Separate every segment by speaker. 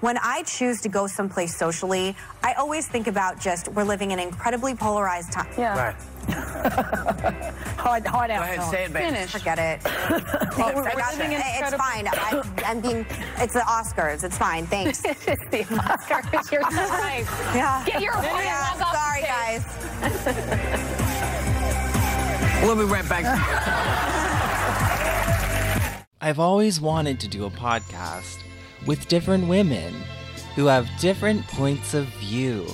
Speaker 1: When I choose to go someplace socially, I always think about just we're living in incredibly polarized time.
Speaker 2: Yeah.
Speaker 3: Right.
Speaker 2: Hard, hard
Speaker 3: Go
Speaker 2: out.
Speaker 3: ahead,
Speaker 2: though.
Speaker 3: say it, babe.
Speaker 2: Finish.
Speaker 1: Forget it.
Speaker 2: we're
Speaker 1: I got
Speaker 2: living
Speaker 1: it.
Speaker 2: in
Speaker 1: It's
Speaker 2: incredible-
Speaker 1: fine. I, I'm being. It's the Oscars. It's fine. Thanks.
Speaker 2: It's the Oscars. You're so right.
Speaker 1: Yeah.
Speaker 2: Get your horn
Speaker 1: Yeah,
Speaker 2: log off the
Speaker 1: Sorry,
Speaker 2: stage.
Speaker 1: guys.
Speaker 3: We'll be right back.
Speaker 4: I've always wanted to do a podcast with different women who have different points of view.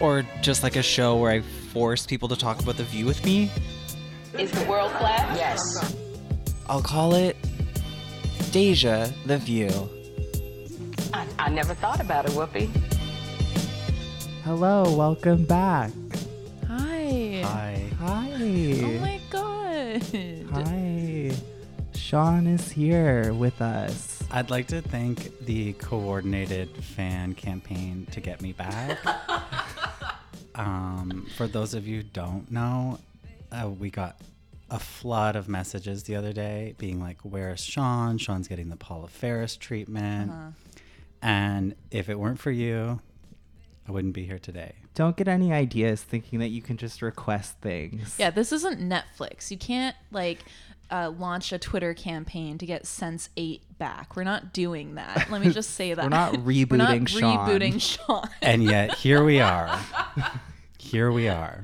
Speaker 4: Or just like a show where I force people to talk about the view with me.
Speaker 5: Is the world flat?
Speaker 6: Yes.
Speaker 4: I'll call it Deja the View.
Speaker 5: I, I never thought about it, Whoopi.
Speaker 4: Hello, welcome back.
Speaker 7: Hi.
Speaker 4: Hi. Hi.
Speaker 7: Oh my god.
Speaker 8: Hi. Sean is here with us.
Speaker 9: I'd like to thank the coordinated fan campaign to get me back. um, for those of you who don't know, uh, we got a flood of messages the other day being like, Where's Sean? Sean's getting the Paula Ferris treatment. And if it weren't for you, I wouldn't be here today.
Speaker 8: Don't get any ideas thinking that you can just request things.
Speaker 7: Yeah, this isn't Netflix. You can't like uh, launch a Twitter campaign to get Sense Eight back. We're not doing that. Let me just say that
Speaker 8: not
Speaker 7: We're not
Speaker 8: rebooting Sean.
Speaker 7: Rebooting Sean.
Speaker 9: And yet, here we are. Here we are.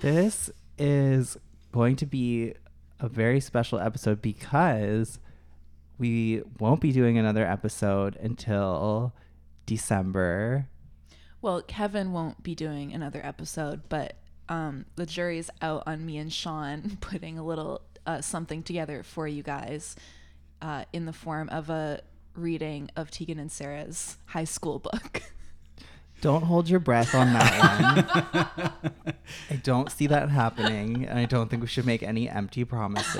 Speaker 8: This is going to be a very special episode because we won't be doing another episode until December.
Speaker 7: Well, Kevin won't be doing another episode, but um, the jury's out on me and Sean putting a little uh, something together for you guys uh, in the form of a reading of Tegan and Sarah's high school book.
Speaker 8: Don't hold your breath on that one. I don't see that happening, and I don't think we should make any empty promises.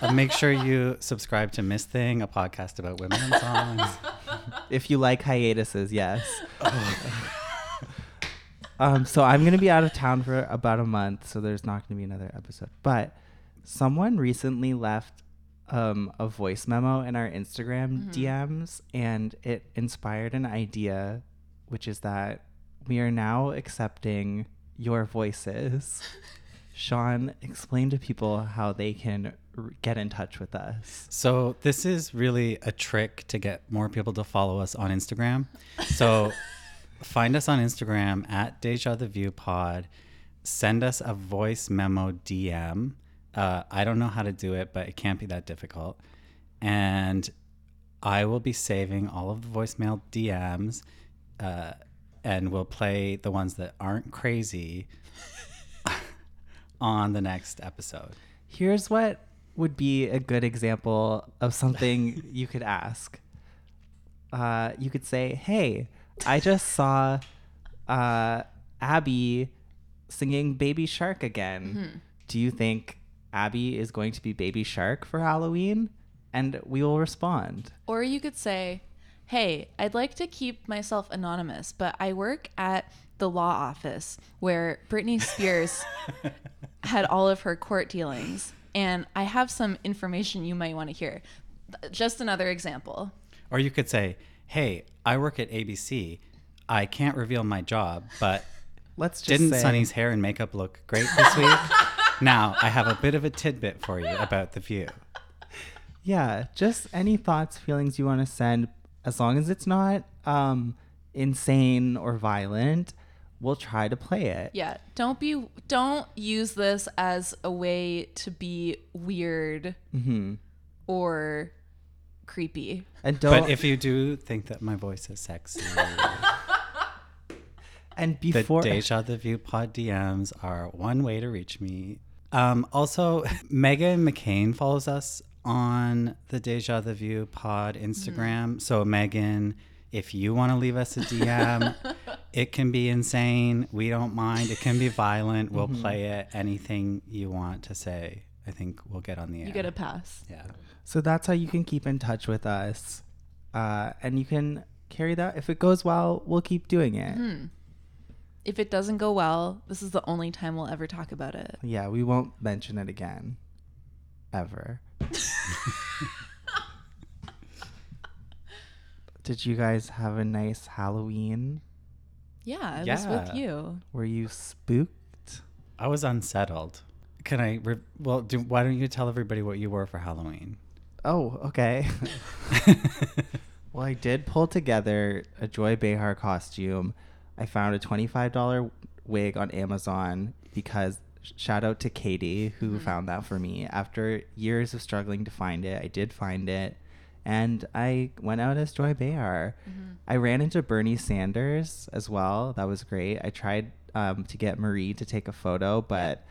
Speaker 9: Uh, Make sure you subscribe to Miss Thing, a podcast about women and songs.
Speaker 8: if you like hiatuses, yes. um, so I'm gonna be out of town for about a month, so there's not gonna be another episode. But someone recently left um, a voice memo in our Instagram DMs, and it inspired an idea, which is that we are now accepting your voices. Sean, explain to people how they can r- get in touch with us.
Speaker 9: So this is really a trick to get more people to follow us on Instagram. So find us on Instagram at Deja the View Pod. Send us a voice memo DM. Uh, I don't know how to do it, but it can't be that difficult. And I will be saving all of the voicemail DMs, uh, and we'll play the ones that aren't crazy on the next episode.
Speaker 8: Here's what would be a good example of something you could ask. Uh, you could say, "Hey, I just saw uh, Abby singing Baby Shark again.
Speaker 9: Mm-hmm.
Speaker 8: Do you think Abby is going to be Baby Shark for Halloween?" And we will respond.
Speaker 7: Or you could say, Hey, I'd like to keep myself anonymous, but I work at the law office where Britney Spears had all of her court dealings, and I have some information you might want to hear. Just another example.
Speaker 9: Or you could say, "Hey, I work at ABC. I can't reveal my job, but
Speaker 8: Let's just
Speaker 9: didn't
Speaker 8: say,
Speaker 9: Sunny's hair and makeup look great this week? now I have a bit of a tidbit for you about the view."
Speaker 8: Yeah, just any thoughts, feelings you want to send, as long as it's not um, insane or violent, we'll try to play it.
Speaker 7: Yeah, don't be don't use this as a way to be weird
Speaker 9: Mm-hmm.
Speaker 7: or creepy.
Speaker 8: And don't
Speaker 9: But if you do think that my voice is sexy,
Speaker 8: and
Speaker 9: the
Speaker 8: before
Speaker 9: Deja the View Pod DMs are one way to reach me. Um, also, Megan McCain follows us on the Deja the View Pod
Speaker 7: Mm-hmm.
Speaker 9: Instagram. So, Megan, if you want to leave us a DM, it can be insane. We don't mind. It can be violent. We'll
Speaker 7: Mm-hmm.
Speaker 9: play it. Anything you want to say, I think we'll get on the air.
Speaker 7: You get a pass.
Speaker 9: yeah.
Speaker 8: So that's how you can keep in touch with us. Uh, and you can carry that. If it goes well, we'll keep doing it.
Speaker 7: If it doesn't go well, this is the only time we'll ever talk about it.
Speaker 8: Yeah, we won't mention it again. Ever. Did you guys have a nice Halloween?
Speaker 7: Yeah, I was with
Speaker 9: Yeah.
Speaker 7: you.
Speaker 8: Were you spooked?
Speaker 9: I was unsettled. Can I? Re- well, do, why don't you tell everybody what you were for Halloween?
Speaker 8: Oh, okay. well, I did pull together a Joy Behar costume. I found a $25 wig on Amazon because shout out to Katie who found that for me. After years of struggling to find it, I did find it. And I went out as Joy Behar. I ran into Bernie Sanders as well. That was great. I tried um, to get Marie to take a photo, but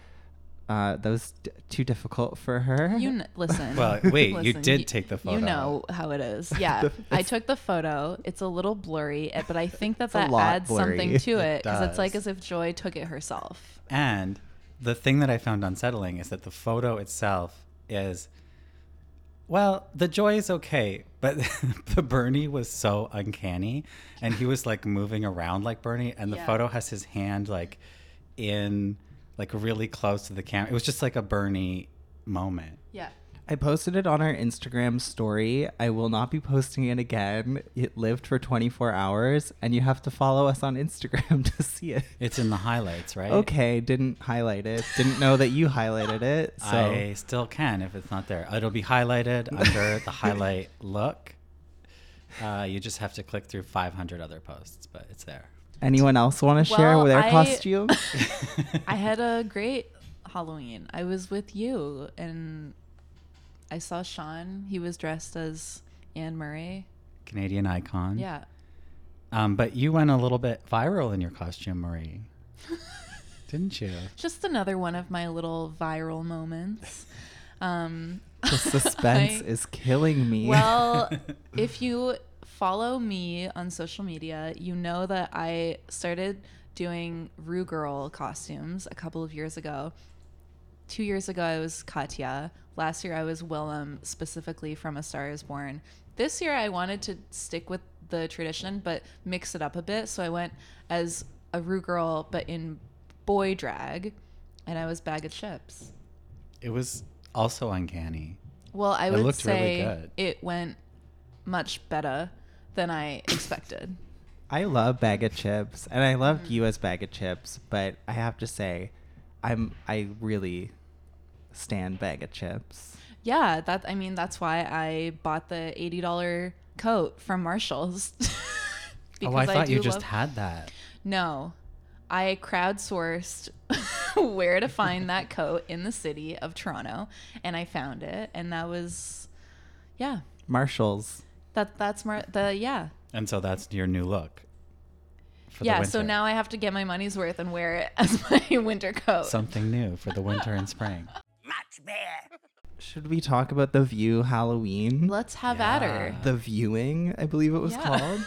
Speaker 8: uh, that was d- too difficult for her.
Speaker 7: You kn- listen.
Speaker 9: Well, wait, you
Speaker 7: listen,
Speaker 9: did take the photo.
Speaker 7: You know how it is. Yeah, I took the photo. It's a little blurry, eh, but I think that
Speaker 8: a
Speaker 7: that
Speaker 8: lot
Speaker 7: adds
Speaker 8: blurry.
Speaker 7: something to it because it's like
Speaker 9: does.
Speaker 7: as if Joy took it herself.
Speaker 9: And the thing that I found unsettling is that the photo itself is, well, the joy is okay, but the Bernie was so uncanny, and he was like moving around like Bernie, and the
Speaker 7: Yeah.
Speaker 9: photo has his hand like in like really close to the camera. It was just like a Bernie moment.
Speaker 7: Yeah.
Speaker 8: I posted it on our Instagram story. I will not be posting it again. It lived for 24 hours, and you have to follow us on Instagram to see it.
Speaker 9: It's in the highlights, right?
Speaker 8: Okay, didn't highlight it. Didn't know that you highlighted it. So
Speaker 9: I still can if it's not there. It'll be highlighted under the highlight look. Uh, you just have to click through 500 other posts, but it's there.
Speaker 8: anyone else want to share
Speaker 7: Well,
Speaker 8: their
Speaker 7: I-
Speaker 8: costume?
Speaker 7: I had a great Halloween. I was with you and I saw Sean. He was dressed as Anne Murray.
Speaker 9: Canadian icon.
Speaker 7: Yeah.
Speaker 9: Um, but you went a little bit viral in your costume, Marie. Didn't you?
Speaker 7: Just another one of my little viral moments. Um,
Speaker 8: the suspense
Speaker 7: I-
Speaker 8: is killing me.
Speaker 7: Well, if you follow me on social media, you know that I started doing Rue Girl costumes a couple of years ago. Two years ago, I was Katya. Last year, I was Willem, specifically from A Star is Born. This year, I wanted to stick with the tradition, but mix it up a bit. So I went as a Rue Girl, but in boy drag, and I was Bag of Chips.
Speaker 9: It was also uncanny.
Speaker 7: Well, I
Speaker 9: It
Speaker 7: would
Speaker 9: looked really
Speaker 7: say
Speaker 9: good.
Speaker 7: it went much better than I expected.
Speaker 8: I love bag of chips, and I
Speaker 7: Mm.
Speaker 8: loved you as bag of chips, but I have to say, I'm I really stand bag of chips.
Speaker 7: yeah, that I mean that's why I bought the eighty dollar coat from Marshalls. because
Speaker 9: oh, I thought you
Speaker 7: do
Speaker 9: just
Speaker 7: love-
Speaker 9: had that.
Speaker 7: No. I crowdsourced where to find that coat in the city of Toronto and I found it and that was yeah.
Speaker 8: Marshalls.
Speaker 7: That that's Mar the yeah.
Speaker 9: And so that's your new look. For
Speaker 7: yeah,
Speaker 9: the
Speaker 7: so
Speaker 9: winter.
Speaker 7: now I have to get my money's worth and wear it as my winter coat.
Speaker 9: Something new for the winter and spring.
Speaker 8: Should we talk about the view Halloween?
Speaker 7: Let's have at her.
Speaker 8: the viewing, I believe it was
Speaker 7: Yeah.
Speaker 8: called.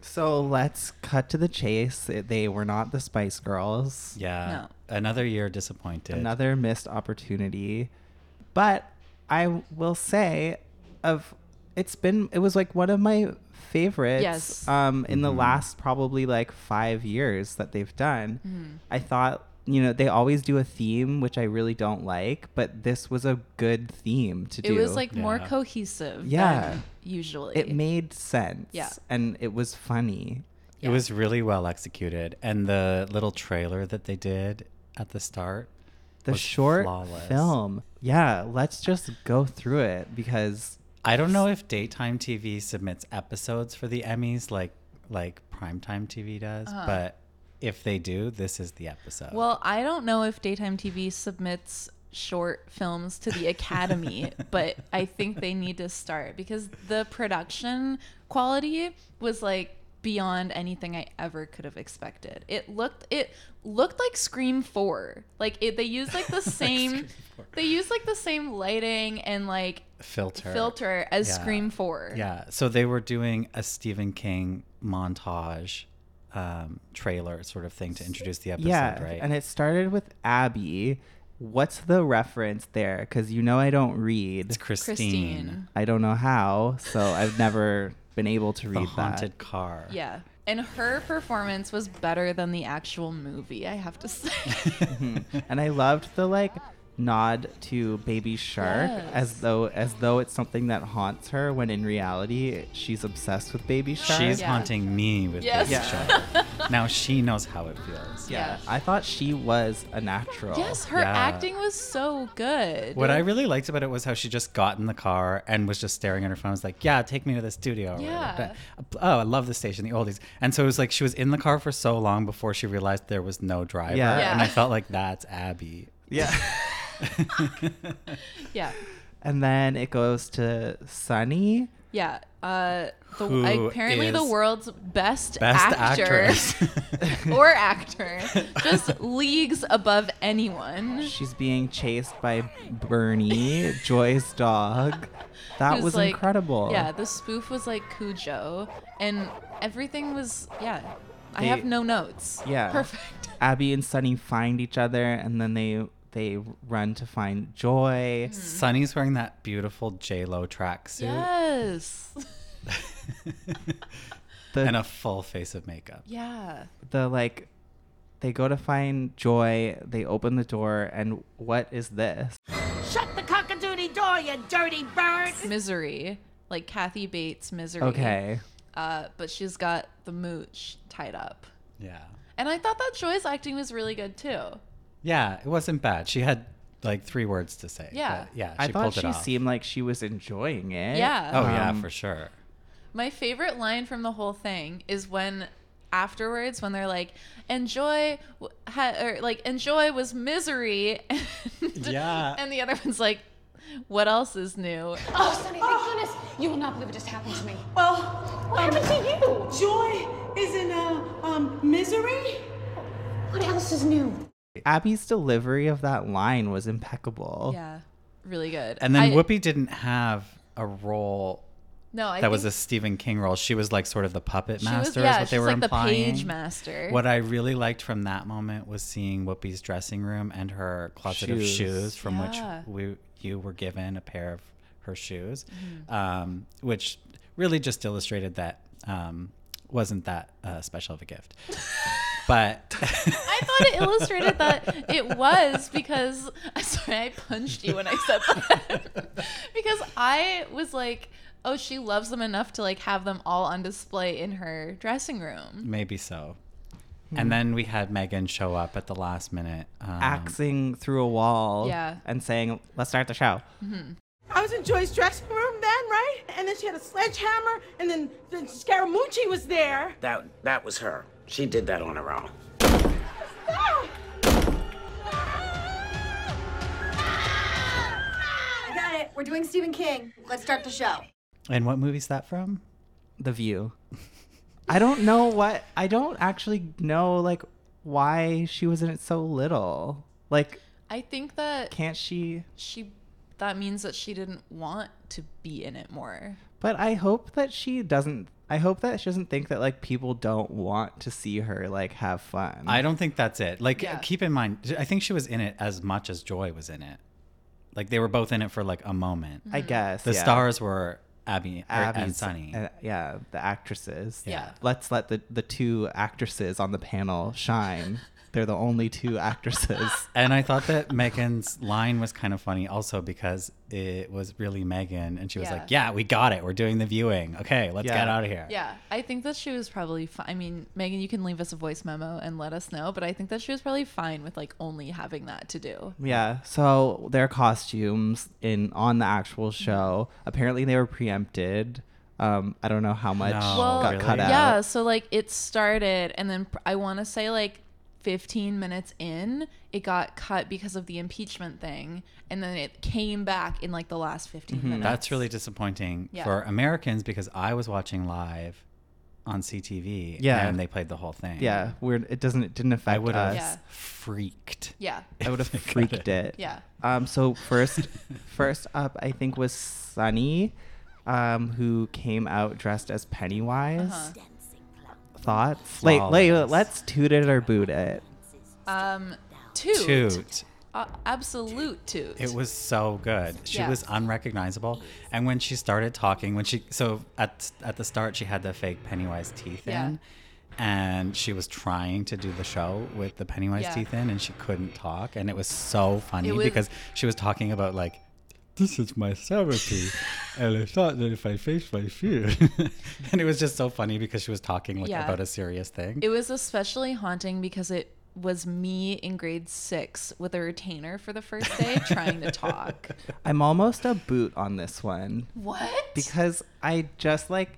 Speaker 8: so let's cut to the chase. It- They were not the Spice Girls.
Speaker 9: Yeah. Another year disappointed.
Speaker 8: Another missed opportunity. But I will say of it's been it was like one of my favorites
Speaker 7: Yes.
Speaker 8: um in the last probably like 5 years that they've done.
Speaker 7: Mm-hmm.
Speaker 8: I thought you know they always do a theme which I really don't like, but this was a good theme to
Speaker 7: It
Speaker 8: do.
Speaker 7: was like more
Speaker 9: Yeah.
Speaker 7: cohesive
Speaker 8: Yeah.
Speaker 7: than usually.
Speaker 8: it made sense.
Speaker 7: Yeah.
Speaker 8: And it was funny.
Speaker 9: It was really well executed. And the little trailer that they did at the start.
Speaker 8: The
Speaker 9: was
Speaker 8: short
Speaker 9: flawless.
Speaker 8: film. Yeah, let's just go through it because
Speaker 9: I don't know if daytime TV submits episodes for the Emmys like like primetime TV does, but if they do, this is the episode.
Speaker 7: Uh-huh. well, I don't know if daytime TV submits short films to the Academy, but I think they need to start because the production quality was like beyond anything I ever could have expected. It looked it looked like Scream 4. Like it, they used like the same they used like the same lighting and like
Speaker 9: filter.
Speaker 7: filter as
Speaker 9: Yeah.
Speaker 7: Scream 4.
Speaker 9: Yeah. So they were doing a Stephen King montage um, trailer sort of thing to introduce the episode,
Speaker 8: yeah,
Speaker 9: right?
Speaker 8: and it started with Abby. What's the reference there? Because you know I don't read.
Speaker 9: it's Christine,
Speaker 7: Christine.
Speaker 8: I don't know how, so I've never been able to
Speaker 9: the
Speaker 8: read
Speaker 9: haunted car.
Speaker 7: Yeah. And her performance was better than the actual movie, I have to say.
Speaker 8: that. And I loved the like nod to Baby Shark as though as though it's something that haunts her when in reality she's obsessed with Baby Shark.
Speaker 9: She's
Speaker 7: Yeah.
Speaker 9: haunting me with
Speaker 7: Yes.
Speaker 9: Baby Shark. now she knows how it feels.
Speaker 8: yeah. I thought she was a natural.
Speaker 7: Yes, her
Speaker 9: Yeah.
Speaker 7: acting was so good.
Speaker 9: What I really liked about it was how she just got in the car and was just staring at her phone. It's like, yeah, take me to the studio. or
Speaker 7: Yeah.
Speaker 9: whatever. Oh, I love the station, the oldies. And so it was like she was in the car for so long before she realized there was no driver.
Speaker 8: Yeah.
Speaker 7: Yeah.
Speaker 9: And I felt like that's Abby.
Speaker 8: Yeah.
Speaker 7: yeah,
Speaker 8: and then it goes to Sunny.
Speaker 7: yeah. Uh, the,
Speaker 9: Who
Speaker 7: apparently, the
Speaker 9: is
Speaker 7: world's best,
Speaker 9: Best
Speaker 7: actor
Speaker 9: actress.
Speaker 7: or actor, just leagues above anyone.
Speaker 8: She's being chased by Bernie, Joy's dog. That
Speaker 7: It
Speaker 8: was
Speaker 7: like-
Speaker 8: incredible.
Speaker 7: Yeah, the spoof was like Cujo, and everything was yeah. I
Speaker 8: They-
Speaker 7: have no notes.
Speaker 8: Yeah.
Speaker 7: perfect.
Speaker 8: Abby and Sunny find each other and then they they run to find Joy.
Speaker 7: Mm-hmm.
Speaker 9: Sunny's wearing that beautiful J Lo tracksuit
Speaker 7: Yes.
Speaker 8: The
Speaker 9: and a full face of makeup.
Speaker 7: Yeah.
Speaker 8: the like they go to find Joy, they open the door and what is this?
Speaker 6: Shut the cockadoodie door, you dirty bird!
Speaker 7: Misery, like Kathy Bates' misery.
Speaker 8: Okay.
Speaker 7: Uh, but she's got the mooch tied up,
Speaker 9: Yeah.
Speaker 7: and I thought that Joy's acting was really good too.
Speaker 9: Yeah, it wasn't bad. She had like three words to say.
Speaker 7: Yeah.
Speaker 9: but Yeah. She
Speaker 8: I thought
Speaker 9: pulled it
Speaker 8: she
Speaker 9: off.
Speaker 8: seemed um, like she was enjoying it.
Speaker 7: Yeah.
Speaker 9: Oh, yeah, for sure.
Speaker 7: My favorite line from the whole thing is when afterwards when they're like enjoy w- ha- or like enjoy was misery and,
Speaker 9: Yeah.
Speaker 7: and the other one's like what else is new
Speaker 10: Oh, Sonny, thank goodness. You will not believe what just happened to me.
Speaker 6: Well, what happened to you? Joy is in a um misery.
Speaker 10: What else is new?
Speaker 8: Abby's delivery of that line was impeccable.
Speaker 7: yeah really good
Speaker 9: And then
Speaker 7: I-
Speaker 9: Whoopi didn't have a role
Speaker 7: no I
Speaker 9: that was a
Speaker 7: think
Speaker 9: Stephen King role. She was like sort of the puppet
Speaker 7: she was-
Speaker 9: master,
Speaker 7: yeah,
Speaker 9: is what they
Speaker 7: she's
Speaker 9: were
Speaker 7: like
Speaker 9: implying.
Speaker 7: the page master
Speaker 9: What I really liked from that moment was seeing Whoopi's dressing room and her closet of
Speaker 8: Shoes.
Speaker 9: shoes, from
Speaker 7: Yeah.
Speaker 9: which we you were given a pair of her shoes,
Speaker 7: Mm-hmm.
Speaker 9: um, which really just illustrated that um, wasn't that uh, special of a gift, but.
Speaker 7: I thought it illustrated that it was because I'm sorry I punched you when I said that because I was like oh she loves them enough to like have them all on display in her dressing room
Speaker 9: Maybe so. And then we had Megan show up at the last minute. Um,
Speaker 8: Axing through Hmm. a wall
Speaker 7: Yeah.
Speaker 8: and saying, Let's start the show.
Speaker 6: I was in Joy's dressing room then, right? And then she had a sledgehammer, and then, then Scaramucci was there.
Speaker 3: That that was her. She did that on her own.
Speaker 10: Got it. We're doing Stephen King. Let's start the show.
Speaker 9: and what movie's that from?
Speaker 8: The view. I don't know what I don't actually know like why she was in it so little. Like,
Speaker 7: I think that
Speaker 8: can't she
Speaker 7: she that means that she didn't want to be in it more.
Speaker 8: But I hope that she doesn't. I hope that she doesn't think that like people don't want to see her like have fun.
Speaker 9: I don't think that's it. Like, keep in mind, I think she was in it as much as Joy was in it. Like, they were both in it for like a moment.
Speaker 8: I guess
Speaker 9: the
Speaker 8: yeah.
Speaker 9: stars were Abby, or- and
Speaker 8: Abby's-
Speaker 9: Sunny.
Speaker 8: uh, yeah, the actresses.
Speaker 7: Yeah.
Speaker 8: Let's let the the two actresses on the panel shine. They're the only two actresses.
Speaker 9: and I thought that Megan's line was kind of funny also because it was really Megan. And she was
Speaker 7: Yeah.
Speaker 9: like, Yeah, we got it. We're doing the viewing. Okay, let's
Speaker 8: Yeah.
Speaker 9: get out of here.
Speaker 7: Yeah, I think that she was probably fine. I mean, Megan, you can leave us a voice memo and let us know, but I think that she was probably fine with like only having that to do.
Speaker 8: Yeah. So their costumes in on the actual show apparently they were preempted. Um, I don't know how much
Speaker 9: No,
Speaker 7: Well,
Speaker 8: got
Speaker 9: really?
Speaker 8: cut out.
Speaker 7: Yeah, so like it started and then pr- I want to say like 15 minutes in, it got cut because of the impeachment thing and then it came back in like the last 15 minutes.
Speaker 9: That's really disappointing
Speaker 7: Yeah.
Speaker 9: for Americans because I was watching live on CTV
Speaker 8: Yeah.
Speaker 9: and they played the whole thing.
Speaker 8: Yeah. Weird. It doesn't. It didn't affect
Speaker 9: I would have
Speaker 8: us.
Speaker 7: Yeah.
Speaker 9: freaked.
Speaker 7: Yeah.
Speaker 8: I would have freaked it.
Speaker 7: Yeah.
Speaker 8: Um, so first, first up, I think was Sunny, um, who came out dressed as Pennywise.
Speaker 7: Uh-huh.
Speaker 8: Thoughts? Wait, wait,
Speaker 9: Flawless.
Speaker 8: let's toot it or boot it.
Speaker 7: Um toot.
Speaker 9: Toot.
Speaker 7: Uh, absolute toot.
Speaker 9: It was so good. She
Speaker 7: Yeah.
Speaker 9: was unrecognizable. And when she started talking, when she so at at the start she had the fake Pennywise teeth
Speaker 7: Yeah.
Speaker 9: in. and she was trying to do the show with the Pennywise
Speaker 7: Yeah.
Speaker 9: teeth in, and she couldn't talk, and it was so funny
Speaker 7: It was-
Speaker 9: because she was talking about like, "This is my therapy," and I thought that if I face my fear, and it was just so funny because she was talking like
Speaker 7: Yeah.
Speaker 9: about a serious thing.
Speaker 7: It was especially haunting because it was me in grade six with a retainer for the first day trying to talk.
Speaker 8: I'm almost a boot on this one
Speaker 7: What?
Speaker 8: because I just like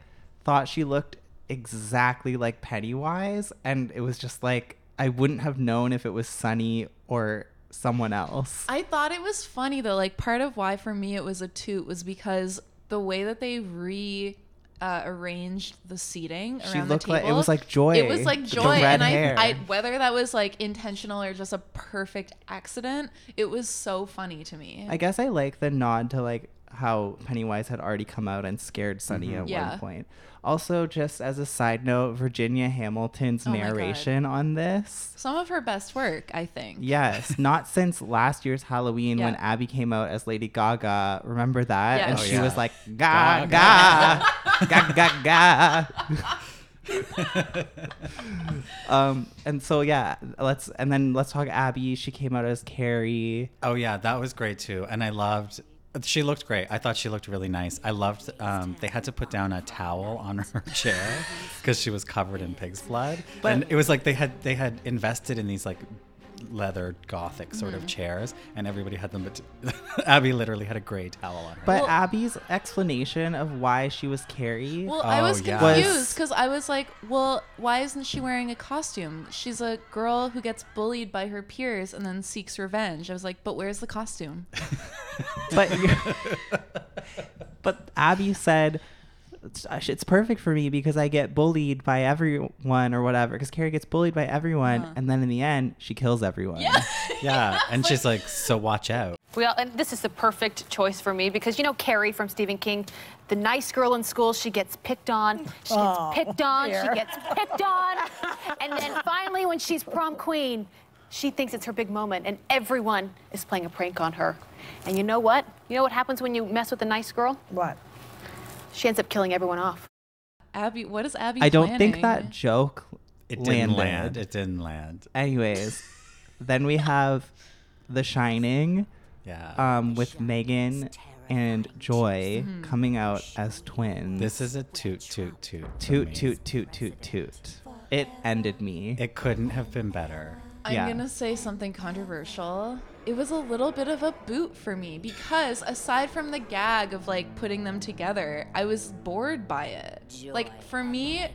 Speaker 8: thought she looked exactly like Pennywise, and it was just like I wouldn't have known if it was Sunny or someone else.
Speaker 7: I thought it was funny though. Like part of why for me it was a toot was because the way that they re uh, arranged the seating around
Speaker 8: She looked
Speaker 7: the
Speaker 8: like- it
Speaker 7: table.
Speaker 8: was like Joy
Speaker 7: It was like
Speaker 8: with the
Speaker 7: joy,
Speaker 8: red
Speaker 7: and I,
Speaker 8: hair.
Speaker 7: I whether that was like intentional or just a perfect accident, it was so funny to me.
Speaker 8: I guess I like the nod to like how Pennywise had already come out and scared Sunny at
Speaker 7: Yeah.
Speaker 8: one point. Also, just as a side note, Virginia Hamilton's
Speaker 7: Oh my God.
Speaker 8: narration on this.
Speaker 7: Some of her best work, I think.
Speaker 8: Yes, not since last year's Halloween when
Speaker 7: Yeah.
Speaker 8: Abby came out as Lady Gaga. Remember that?
Speaker 7: Yeah.
Speaker 8: And
Speaker 7: Oh,
Speaker 8: she
Speaker 9: yeah.
Speaker 8: was like, Gaga, Gaga, Gaga. um, and so yeah, let's and then let's talk Abby. She came out as Carrie.
Speaker 9: Oh yeah, that was great too, and I loved. She looked great. I thought she looked really nice. I loved. Um, they had to put down a towel on her chair because she was covered in pig's blood, and it was like they had they had invested in these like leather gothic sort of chairs, and everybody had them. But Abby literally had a gray towel on her.
Speaker 8: But Abby's explanation of why she was Carrie.
Speaker 7: Well, I
Speaker 9: Oh,
Speaker 7: was
Speaker 9: yeah.
Speaker 7: confused because I was like, well, why isn't she wearing a costume? She's a girl who gets bullied by her peers and then seeks revenge. I was like, but where's the costume?
Speaker 8: but you- but Abby said it's it's perfect for me because I get bullied by everyone or whatever. Because Carrie gets bullied by everyone, and then in the end, she kills everyone.
Speaker 9: Uh-huh. yeah, and she's like, "So watch out."
Speaker 2: Well, and this is the perfect choice for me because you know Carrie from Stephen King, the nice girl in school, she gets picked on, she gets picked on, she gets picked on, and then finally when she's prom queen, she thinks it's her big moment and everyone is playing a prank on her. And you know what? You know what happens when you mess with a nice girl?
Speaker 6: What?
Speaker 2: She ends up killing everyone off.
Speaker 7: Abby, what is Abby?
Speaker 8: I don't think
Speaker 7: planning?
Speaker 8: that joke
Speaker 9: It
Speaker 8: landed.
Speaker 9: didn't land. It didn't land.
Speaker 8: Anyways, then we have The Shining
Speaker 9: Yeah. Mm-hmm.
Speaker 8: um, with Megan and Joy coming out as twins.
Speaker 9: this is a toot toot toot for
Speaker 8: toot
Speaker 9: me.
Speaker 8: toot toot toot toot. It ended me.
Speaker 9: It couldn't have been better.
Speaker 7: I'm
Speaker 8: Yeah.
Speaker 7: gonna say something controversial. It was a little bit of a boot for me because aside from the gag of like putting them together, I was bored by it. Like for me,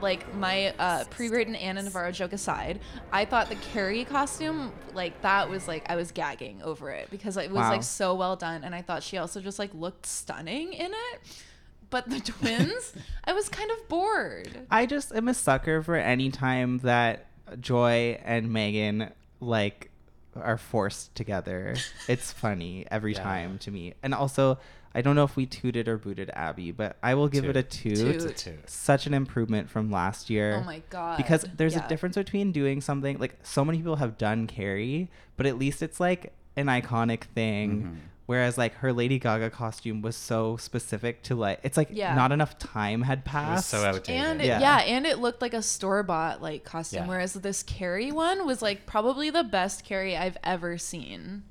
Speaker 7: like my uh, pre-written Anna Navarro joke aside, I thought the Carrie costume, like that was like I was gagging over it because it was
Speaker 8: Wow.
Speaker 7: like so well done, and I thought she also just like looked stunning in it. But the twins, I was kind of bored.
Speaker 8: I just am a sucker for any time that Joy and Megan like are forced together. It's funny every time to me. And also, I don't know if we tooted or booted Abby, but I will give it a toot.
Speaker 7: Toot.
Speaker 9: Toot.
Speaker 8: Such an improvement from last year.
Speaker 7: Oh my god!
Speaker 8: Because there's
Speaker 7: Yeah.
Speaker 8: a difference between doing something like so many people have done Carrie, but at least it's like an iconic thing.
Speaker 7: Mm-hmm.
Speaker 8: Whereas like her Lady Gaga costume was so specific to like it's like
Speaker 7: Yeah.
Speaker 8: not enough time had passed.
Speaker 9: It was so outdated.
Speaker 7: And it,
Speaker 8: Yeah.
Speaker 7: yeah. and it looked like a store bought like costume,
Speaker 9: Yeah.
Speaker 7: whereas this Carrie one was like probably the best Carrie I've ever seen.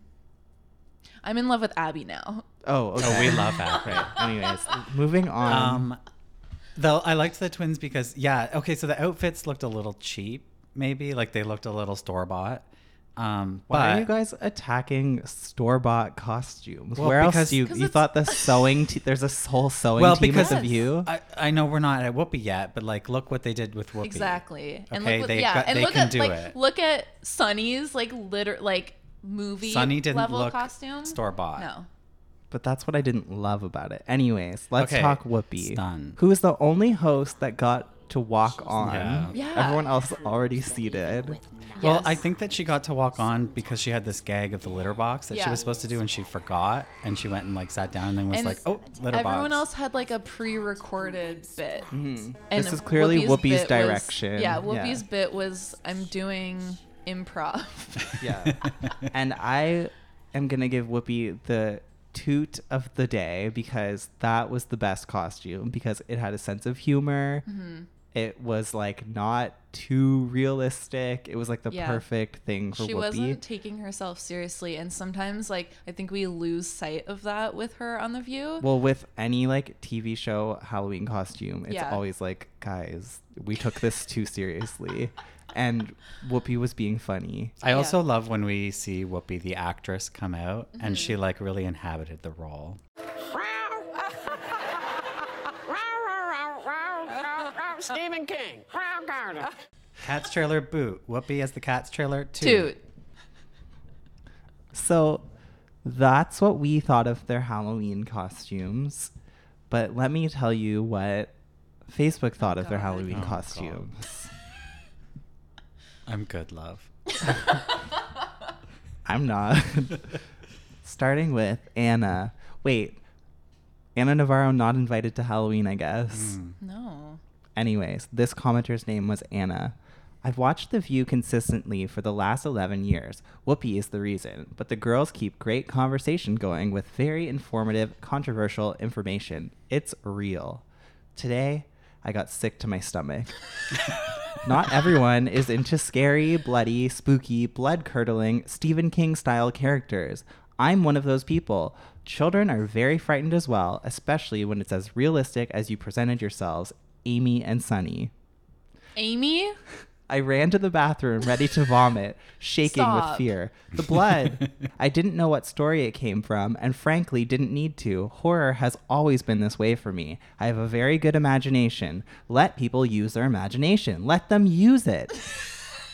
Speaker 7: I'm in love with Abby now.
Speaker 8: Oh, okay.
Speaker 9: oh, we love Abby.
Speaker 8: Anyways, moving on.
Speaker 9: Um, though I liked the twins because yeah, okay, so the outfits looked a little cheap, maybe like they looked a little store bought. Um,
Speaker 8: Why
Speaker 9: but
Speaker 8: are you guys attacking store bought costumes?
Speaker 9: Well,
Speaker 8: Where else
Speaker 9: because-
Speaker 8: do you
Speaker 7: Because
Speaker 8: you
Speaker 7: it's-
Speaker 8: thought the sewing te- there's a whole sewing
Speaker 9: well,
Speaker 8: team
Speaker 9: because
Speaker 8: at the view?
Speaker 9: I, I know we're not at Whoopi yet, but like, look what they did with Whoopi.
Speaker 7: Exactly. and
Speaker 9: Okay,
Speaker 7: look what,
Speaker 9: they
Speaker 7: yeah,
Speaker 9: got-
Speaker 7: and
Speaker 9: they
Speaker 7: look
Speaker 9: can
Speaker 7: at
Speaker 9: do
Speaker 7: like
Speaker 9: it.
Speaker 7: look at Sunny's like liter like movie
Speaker 9: Sunny didn't
Speaker 7: level
Speaker 9: look
Speaker 7: costume
Speaker 9: store-bought.
Speaker 7: No.
Speaker 8: But that's what I didn't love about it. Anyways, let's
Speaker 9: Okay,
Speaker 8: talk Whoopi,
Speaker 9: stun.
Speaker 8: who is the only host that got to walk on.
Speaker 9: Yeah.
Speaker 7: Yeah.
Speaker 8: Everyone else already seated.
Speaker 9: Well, I think that she got to walk on because she had this gag of the litter box that she
Speaker 7: Yeah.
Speaker 9: was supposed to do, and she forgot, and she went and like sat down and then was
Speaker 7: And
Speaker 9: like, "Oh, litter box."
Speaker 7: Everyone else had like a pre-recorded bit.
Speaker 9: Mm-hmm.
Speaker 7: And
Speaker 8: This is clearly Whoopi's
Speaker 7: bit was-
Speaker 8: direction.
Speaker 7: yeah,
Speaker 8: Yeah.
Speaker 7: Whoopi's bit was I'm doing improv.
Speaker 8: Yeah. and I am going to give Whoopi the toot of
Speaker 7: Mm-hmm.
Speaker 8: the day because that was the best costume because it had a sense of humor. It was like not too realistic. It was like the
Speaker 7: Yeah.
Speaker 8: perfect thing for
Speaker 7: she
Speaker 8: Whoopi.
Speaker 7: wasn't taking herself seriously and sometimes like i think we lose sight of that with her on the view
Speaker 8: Well, with any like TV show Halloween costume, it's
Speaker 7: Yeah.
Speaker 8: always like, guys, we took this too seriously. and Whoopi was being funny.
Speaker 9: I also love when we see Whoopi, the actress, come out and
Speaker 7: Mm-hmm.
Speaker 9: she like really inhabited the role.
Speaker 3: Stephen King, Brown Garden.
Speaker 9: Cat's trailer boot. Whoopi as the cat's trailer too.
Speaker 7: dude
Speaker 8: So that's what we thought of their Halloween costumes. But let me tell you what Facebook thought of their Halloween costumes.
Speaker 9: I'm good, love.
Speaker 8: I'm not. Starting with Anna. Wait, Anna Navarro not invited to Halloween, I guess.
Speaker 7: no
Speaker 8: Anyways, this commenter's name was Anna. I've watched The View consistently for the last 11 years. Whoopi is the reason, but the girls keep great conversation going with very informative, controversial information. It's real. Today, I got sick to my stomach. Not everyone is into scary, bloody, spooky, blood curdling, Stephen King style characters. I'm one of those people. Children are very frightened as well, especially when it's as realistic as you presented yourselves, Amy and Sunny.
Speaker 7: amy
Speaker 8: I ran to the bathroom ready to vomit, shaking with
Speaker 7: Stop.
Speaker 8: fear. The blood. I didn't know what story it came from, and frankly, didn't need to. Horror has always been this way for me. I have a very good imagination. Let people use their imagination, let them use it.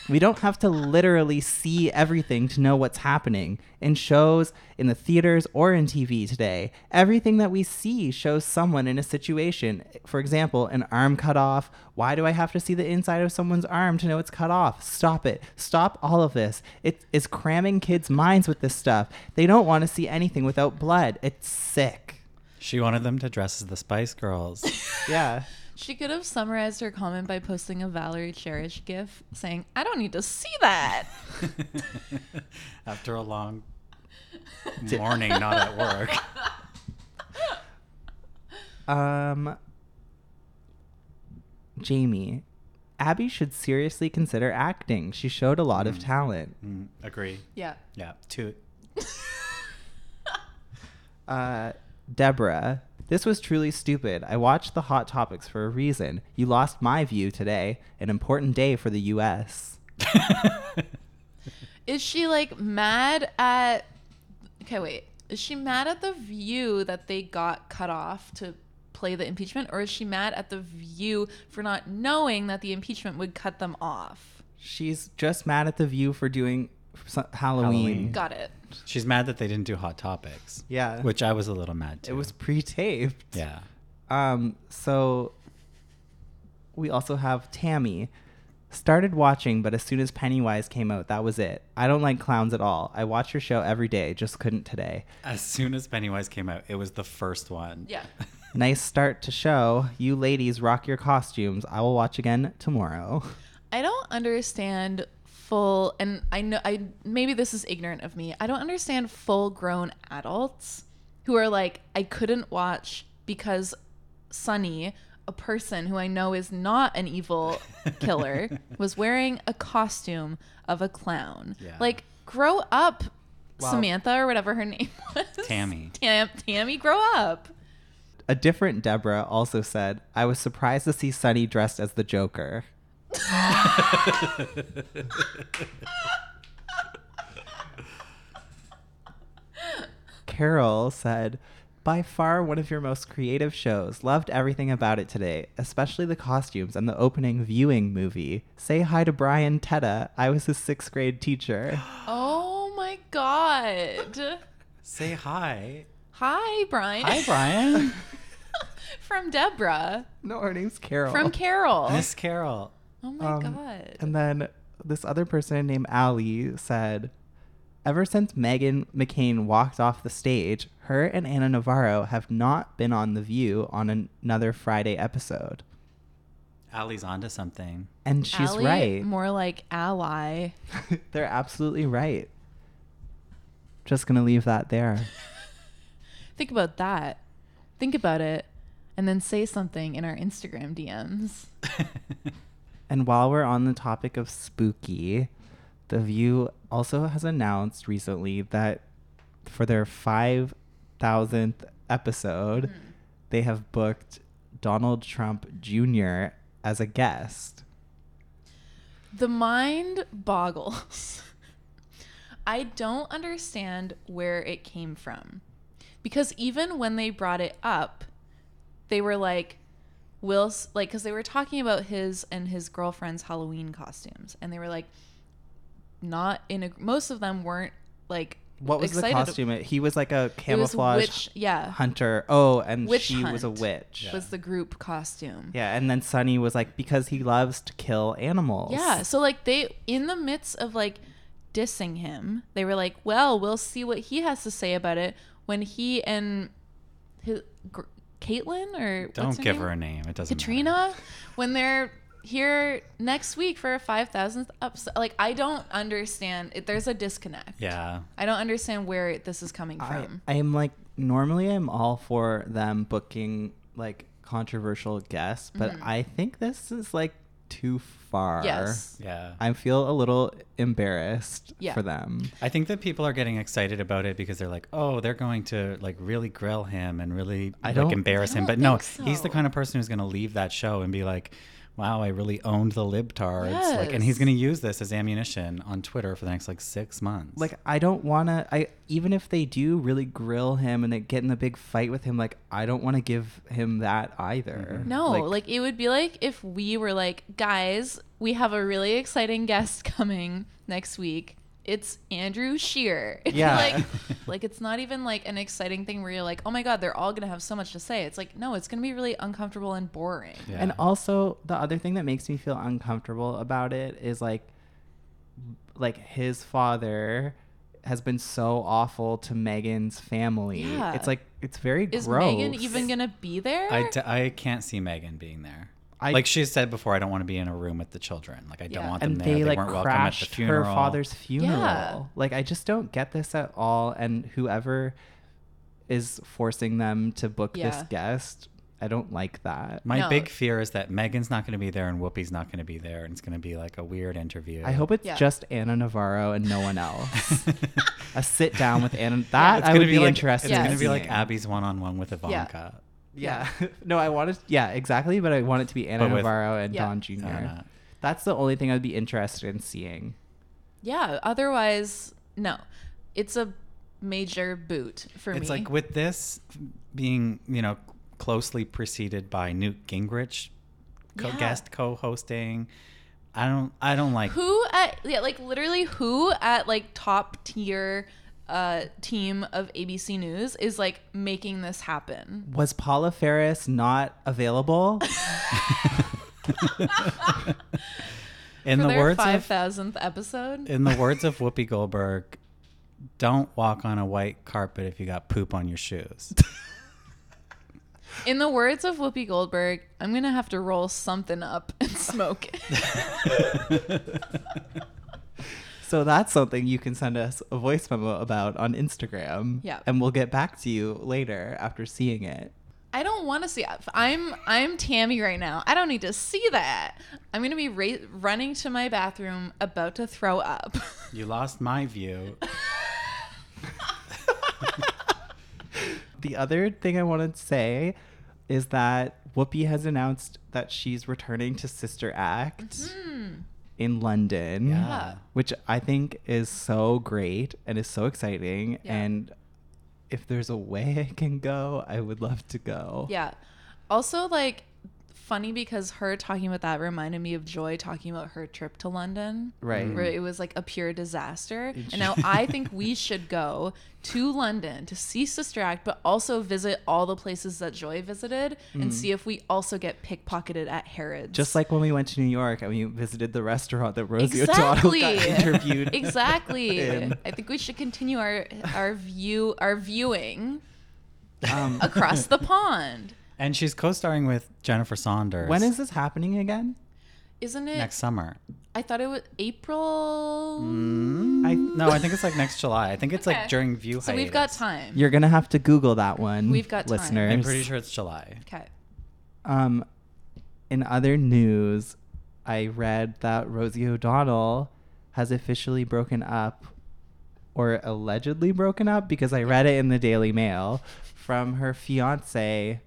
Speaker 8: We don't have to literally see everything to know what's happening in shows, in the theaters, or in TV today. Everything that we see shows someone in a situation. For example, an arm cut off. Why do I have to see the inside of someone's arm to know it's cut off? Stop it. Stop all of this. It is cramming kids' minds with this stuff. They don't want to see anything without blood. It's sick.
Speaker 9: She wanted them to dress as the Spice Girls.
Speaker 8: Yeah.
Speaker 7: she could have summarized her comment by posting a valerie cherish gif saying i don't need to see that
Speaker 9: after a long morning not at work.
Speaker 8: Um, Jamie, Abby should seriously consider acting. She showed a lot of talent.
Speaker 9: Agree.
Speaker 7: yeah
Speaker 9: Yeah. Toot.
Speaker 8: Uh, Deborah, this was truly stupid. I watched the Hot Topics for a reason. You lost my view today, an important day for the U.S.
Speaker 7: is she like mad at okay wait is she mad at the view that they got cut off to play the impeachment or is she mad at the view for not knowing that the impeachment would cut them off
Speaker 8: She's just mad at the view for doing s- Halloween.
Speaker 7: got it
Speaker 9: She's mad that they didn't do hot topics.
Speaker 8: Yeah.
Speaker 9: Which I was a little mad too.
Speaker 8: It was pre-taped.
Speaker 9: Yeah.
Speaker 8: Um, so we also have Tammy. Started watching, but as soon as Pennywise came out, that was it. I don't like clowns at all. I watch your show every day, just couldn't today.
Speaker 9: As soon as Pennywise came out, it was the first one.
Speaker 7: yeah
Speaker 8: Nice start to show. You ladies rock your costumes. I will watch again tomorrow.
Speaker 7: I don't understand full and I know I maybe this is ignorant of me. I don't understand full grown adults who are like I couldn't watch because Sunny, a person who I know is not an evil killer, was wearing a costume of a clown.
Speaker 9: Yeah.
Speaker 7: Like grow up Samantha or whatever her name was.
Speaker 9: Tammy.
Speaker 7: Tam- Tammy, grow up.
Speaker 8: A different Deborah also said, I was surprised to see Sunny dressed as the Joker. Carol said, by far one of your most creative shows. Loved everything about it today, especially the costumes and the opening viewing movie. Say hi to Brian Tetta. I was his sixth grade teacher.
Speaker 7: Oh my god.
Speaker 9: Say hi.
Speaker 7: Hi, Brian.
Speaker 9: Hi, Brian.
Speaker 7: From Deborah.
Speaker 8: no, her name's Carol. um,
Speaker 7: From Carol.
Speaker 9: Miss Carol.
Speaker 7: Oh my god.
Speaker 8: And then this other person named Allie said, Ever since Megan McCain walked off the stage, her and Anna Navarro have not been on The View on an- another Friday episode.
Speaker 9: Allie's onto something.
Speaker 8: And she's
Speaker 7: Ally,
Speaker 8: right.
Speaker 7: More like ally.
Speaker 8: They're absolutely right. Just going to leave that there.
Speaker 7: Think about that. Think about it. and then say something in our Instagram DMs.
Speaker 8: And while we're on the topic of spooky, The View also has announced recently that for their 5,000th episode,
Speaker 7: Hmm.
Speaker 8: they have booked Donald Trump Jr. as a guest.
Speaker 7: The mind boggles. I don't understand where it came from. Because even when they brought it up, they were like, Will, S- like, because they were talking about his and his girlfriend's Halloween costumes. And they were like, not in a, most of them weren't like,
Speaker 8: What was
Speaker 7: excited.
Speaker 8: the costume? He was like a
Speaker 7: It was
Speaker 8: camouflage
Speaker 7: witch, yeah.
Speaker 8: hunter. Oh, and
Speaker 7: Witch
Speaker 8: she was a
Speaker 7: Hunt
Speaker 8: witch.
Speaker 7: Was the group costume.
Speaker 8: Yeah, and then Sunny was like, because he loves to kill animals.
Speaker 7: Yeah. So like they in the midst of like dissing him, they were like, "Well, we'll see what he has to say about it when he and his Gr- Caitlin or what's
Speaker 9: Don't give
Speaker 7: name?
Speaker 9: her a name. It doesn't matter.
Speaker 7: Katrina when they're here next week for a five thousandth episode. Like I don't understand. It, there's a disconnect.
Speaker 9: Yeah.
Speaker 7: I don't understand where this is coming
Speaker 8: I,
Speaker 7: from.
Speaker 8: I'm like normally I'm all for them booking like controversial guests, but
Speaker 7: Mhm.
Speaker 8: I think this is like too far.
Speaker 7: Yes.
Speaker 9: Yeah.
Speaker 8: I feel a little embarrassed
Speaker 7: Yeah.
Speaker 8: for them.
Speaker 9: I think that people are getting excited about it because they're like, oh, they're going to like really grill him and really like
Speaker 8: don't-
Speaker 9: embarrass
Speaker 7: I
Speaker 9: him. But
Speaker 7: don't
Speaker 9: no,
Speaker 7: think
Speaker 9: he's the
Speaker 7: so.
Speaker 9: kind of person who's going to leave that show and be like, wow, I really owned the libtards. Like, and
Speaker 7: Yes.
Speaker 9: he's going to use this as ammunition on Twitter for the next like six months.
Speaker 8: Like I don't want to. I even if they do really grill him and they get in a big fight with him, like I don't want to give him that either.
Speaker 7: No, like, it would be like if we were like, guys, we have a really exciting guest coming next week. It's Andrew Shear.
Speaker 8: Yeah.
Speaker 7: like, like it's not even like an exciting thing where you're like, oh my god, they're all gonna have so much to say. It's like, no, it's gonna be really uncomfortable and boring.
Speaker 9: yeah.
Speaker 8: And also the other thing that makes me feel uncomfortable about it is like like his father has been so awful to Megan's family.
Speaker 7: Yeah.
Speaker 8: It's like it's very
Speaker 7: Is
Speaker 8: gross.
Speaker 7: Megan even gonna be there?
Speaker 9: I, d- I can't see Megan being there.
Speaker 8: I-
Speaker 9: like she said before, I don't want to be in a room with the children. Like I don't
Speaker 7: Yeah.
Speaker 9: want them
Speaker 8: and
Speaker 9: there.
Speaker 8: they, like
Speaker 9: weren't welcome at the
Speaker 8: crashed her
Speaker 9: funeral.
Speaker 8: father's funeral.
Speaker 7: Yeah.
Speaker 8: Like I just don't get this at all and whoever is forcing them to book
Speaker 7: Yeah.
Speaker 8: this guest, I don't like that.
Speaker 9: My
Speaker 7: No.
Speaker 9: big fear is that Megan's not going to be there and Whoopi's not going to be there, and it's going to be like a weird interview.
Speaker 8: I hope it's
Speaker 7: Yeah.
Speaker 8: just Anna Navarro and no one else. a sit down with Anna.
Speaker 9: It's
Speaker 8: That I
Speaker 9: gonna
Speaker 8: would be,
Speaker 9: like, It's
Speaker 8: interested.
Speaker 7: Yes.
Speaker 8: in
Speaker 9: going to be like
Speaker 8: seeing.
Speaker 9: Abby's one-on-one with Ivanka.
Speaker 8: Yeah. no, I want it. Yeah, exactly. But I want it to be Anna
Speaker 9: But with-
Speaker 8: Navarro and
Speaker 7: Yeah.
Speaker 8: Don Jr.
Speaker 9: Anna.
Speaker 8: That's the only thing I'd be interested in seeing.
Speaker 7: yeah. Otherwise, no. It's a major boot for me.
Speaker 9: It's like with this being, you know, closely preceded by Newt Gingrich co-
Speaker 7: Yeah.
Speaker 9: guest co-hosting. I don't I don't like
Speaker 7: who at yeah like literally who at like top tier uh team of abc news is like making this happen
Speaker 8: Was Paula Ferris not available?
Speaker 9: in
Speaker 7: for
Speaker 9: the
Speaker 7: their
Speaker 9: words of
Speaker 7: 5000th episode
Speaker 9: in the words of Whoopi Goldberg, don't walk on a white carpet if you got poop on your shoes.
Speaker 7: in the words of whoopi goldberg i'm gonna have to roll something up and smoke it
Speaker 8: so that's something you can send us a voice memo about on Instagram.
Speaker 7: Yeah.
Speaker 8: And we'll get back to you later after seeing it.
Speaker 7: i don't want to see i'm i'm tammy right now i don't need to see that i'm gonna be ra- running to my bathroom about to throw up
Speaker 9: you lost my view.
Speaker 8: The other thing I wanted to say is that Whoopi has announced that she's returning to Sister Act
Speaker 7: Mm-hmm.
Speaker 8: in London,
Speaker 9: Yeah.
Speaker 8: which I think is so great and is so exciting.
Speaker 7: Yeah.
Speaker 8: And if there's a way I can go, I would love to go.
Speaker 7: Yeah. Also, like, funny because her talking about that reminded me of Joy talking about her trip to London.
Speaker 8: Right.
Speaker 7: Where it was like a pure disaster. And now I think we should go to London to see Sister Act, but also visit all the places that Joy visited and see if we also get pickpocketed at Harrods.
Speaker 8: Mm. Just like when we went to New York and we visited the restaurant that Rosie
Speaker 7: Exactly.
Speaker 8: O'Donnell got interviewed.
Speaker 7: Exactly.
Speaker 8: in.
Speaker 7: I think we should continue our our view our viewing
Speaker 8: Um,
Speaker 7: across the pond.
Speaker 9: And she's co-starring with Jennifer Saunders.
Speaker 8: when is this happening again?
Speaker 7: Isn't it?
Speaker 9: next summer?
Speaker 7: I thought it was April.
Speaker 9: I no, I think it's like next July. I think it's
Speaker 7: Okay.
Speaker 9: like during view
Speaker 7: So we've got
Speaker 9: hiatus.
Speaker 7: time.
Speaker 8: You're going to have to Google that one.
Speaker 7: We've got time.
Speaker 8: listeners.
Speaker 9: I'm pretty sure it's July.
Speaker 7: okay.
Speaker 8: Um, in other news, I read that Rosie O'Donnell has officially broken up, or allegedly broken up, because I read it in the Daily Mail from her fiance,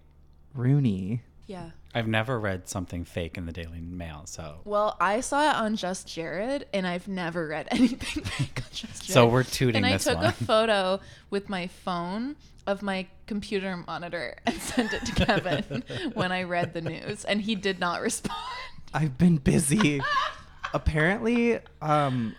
Speaker 8: Rooney.
Speaker 7: Yeah.
Speaker 9: I've never read something fake in the Daily Mail, so
Speaker 7: Well, I saw it on Just Jared, and I've never read anything fake on Just Jared.
Speaker 9: So we're tooting
Speaker 7: And I
Speaker 9: this
Speaker 7: took
Speaker 9: one.
Speaker 7: a photo with my phone of my computer monitor and sent it to Kevin when I read the news, and he did not respond.
Speaker 8: I've been busy. apparently, um,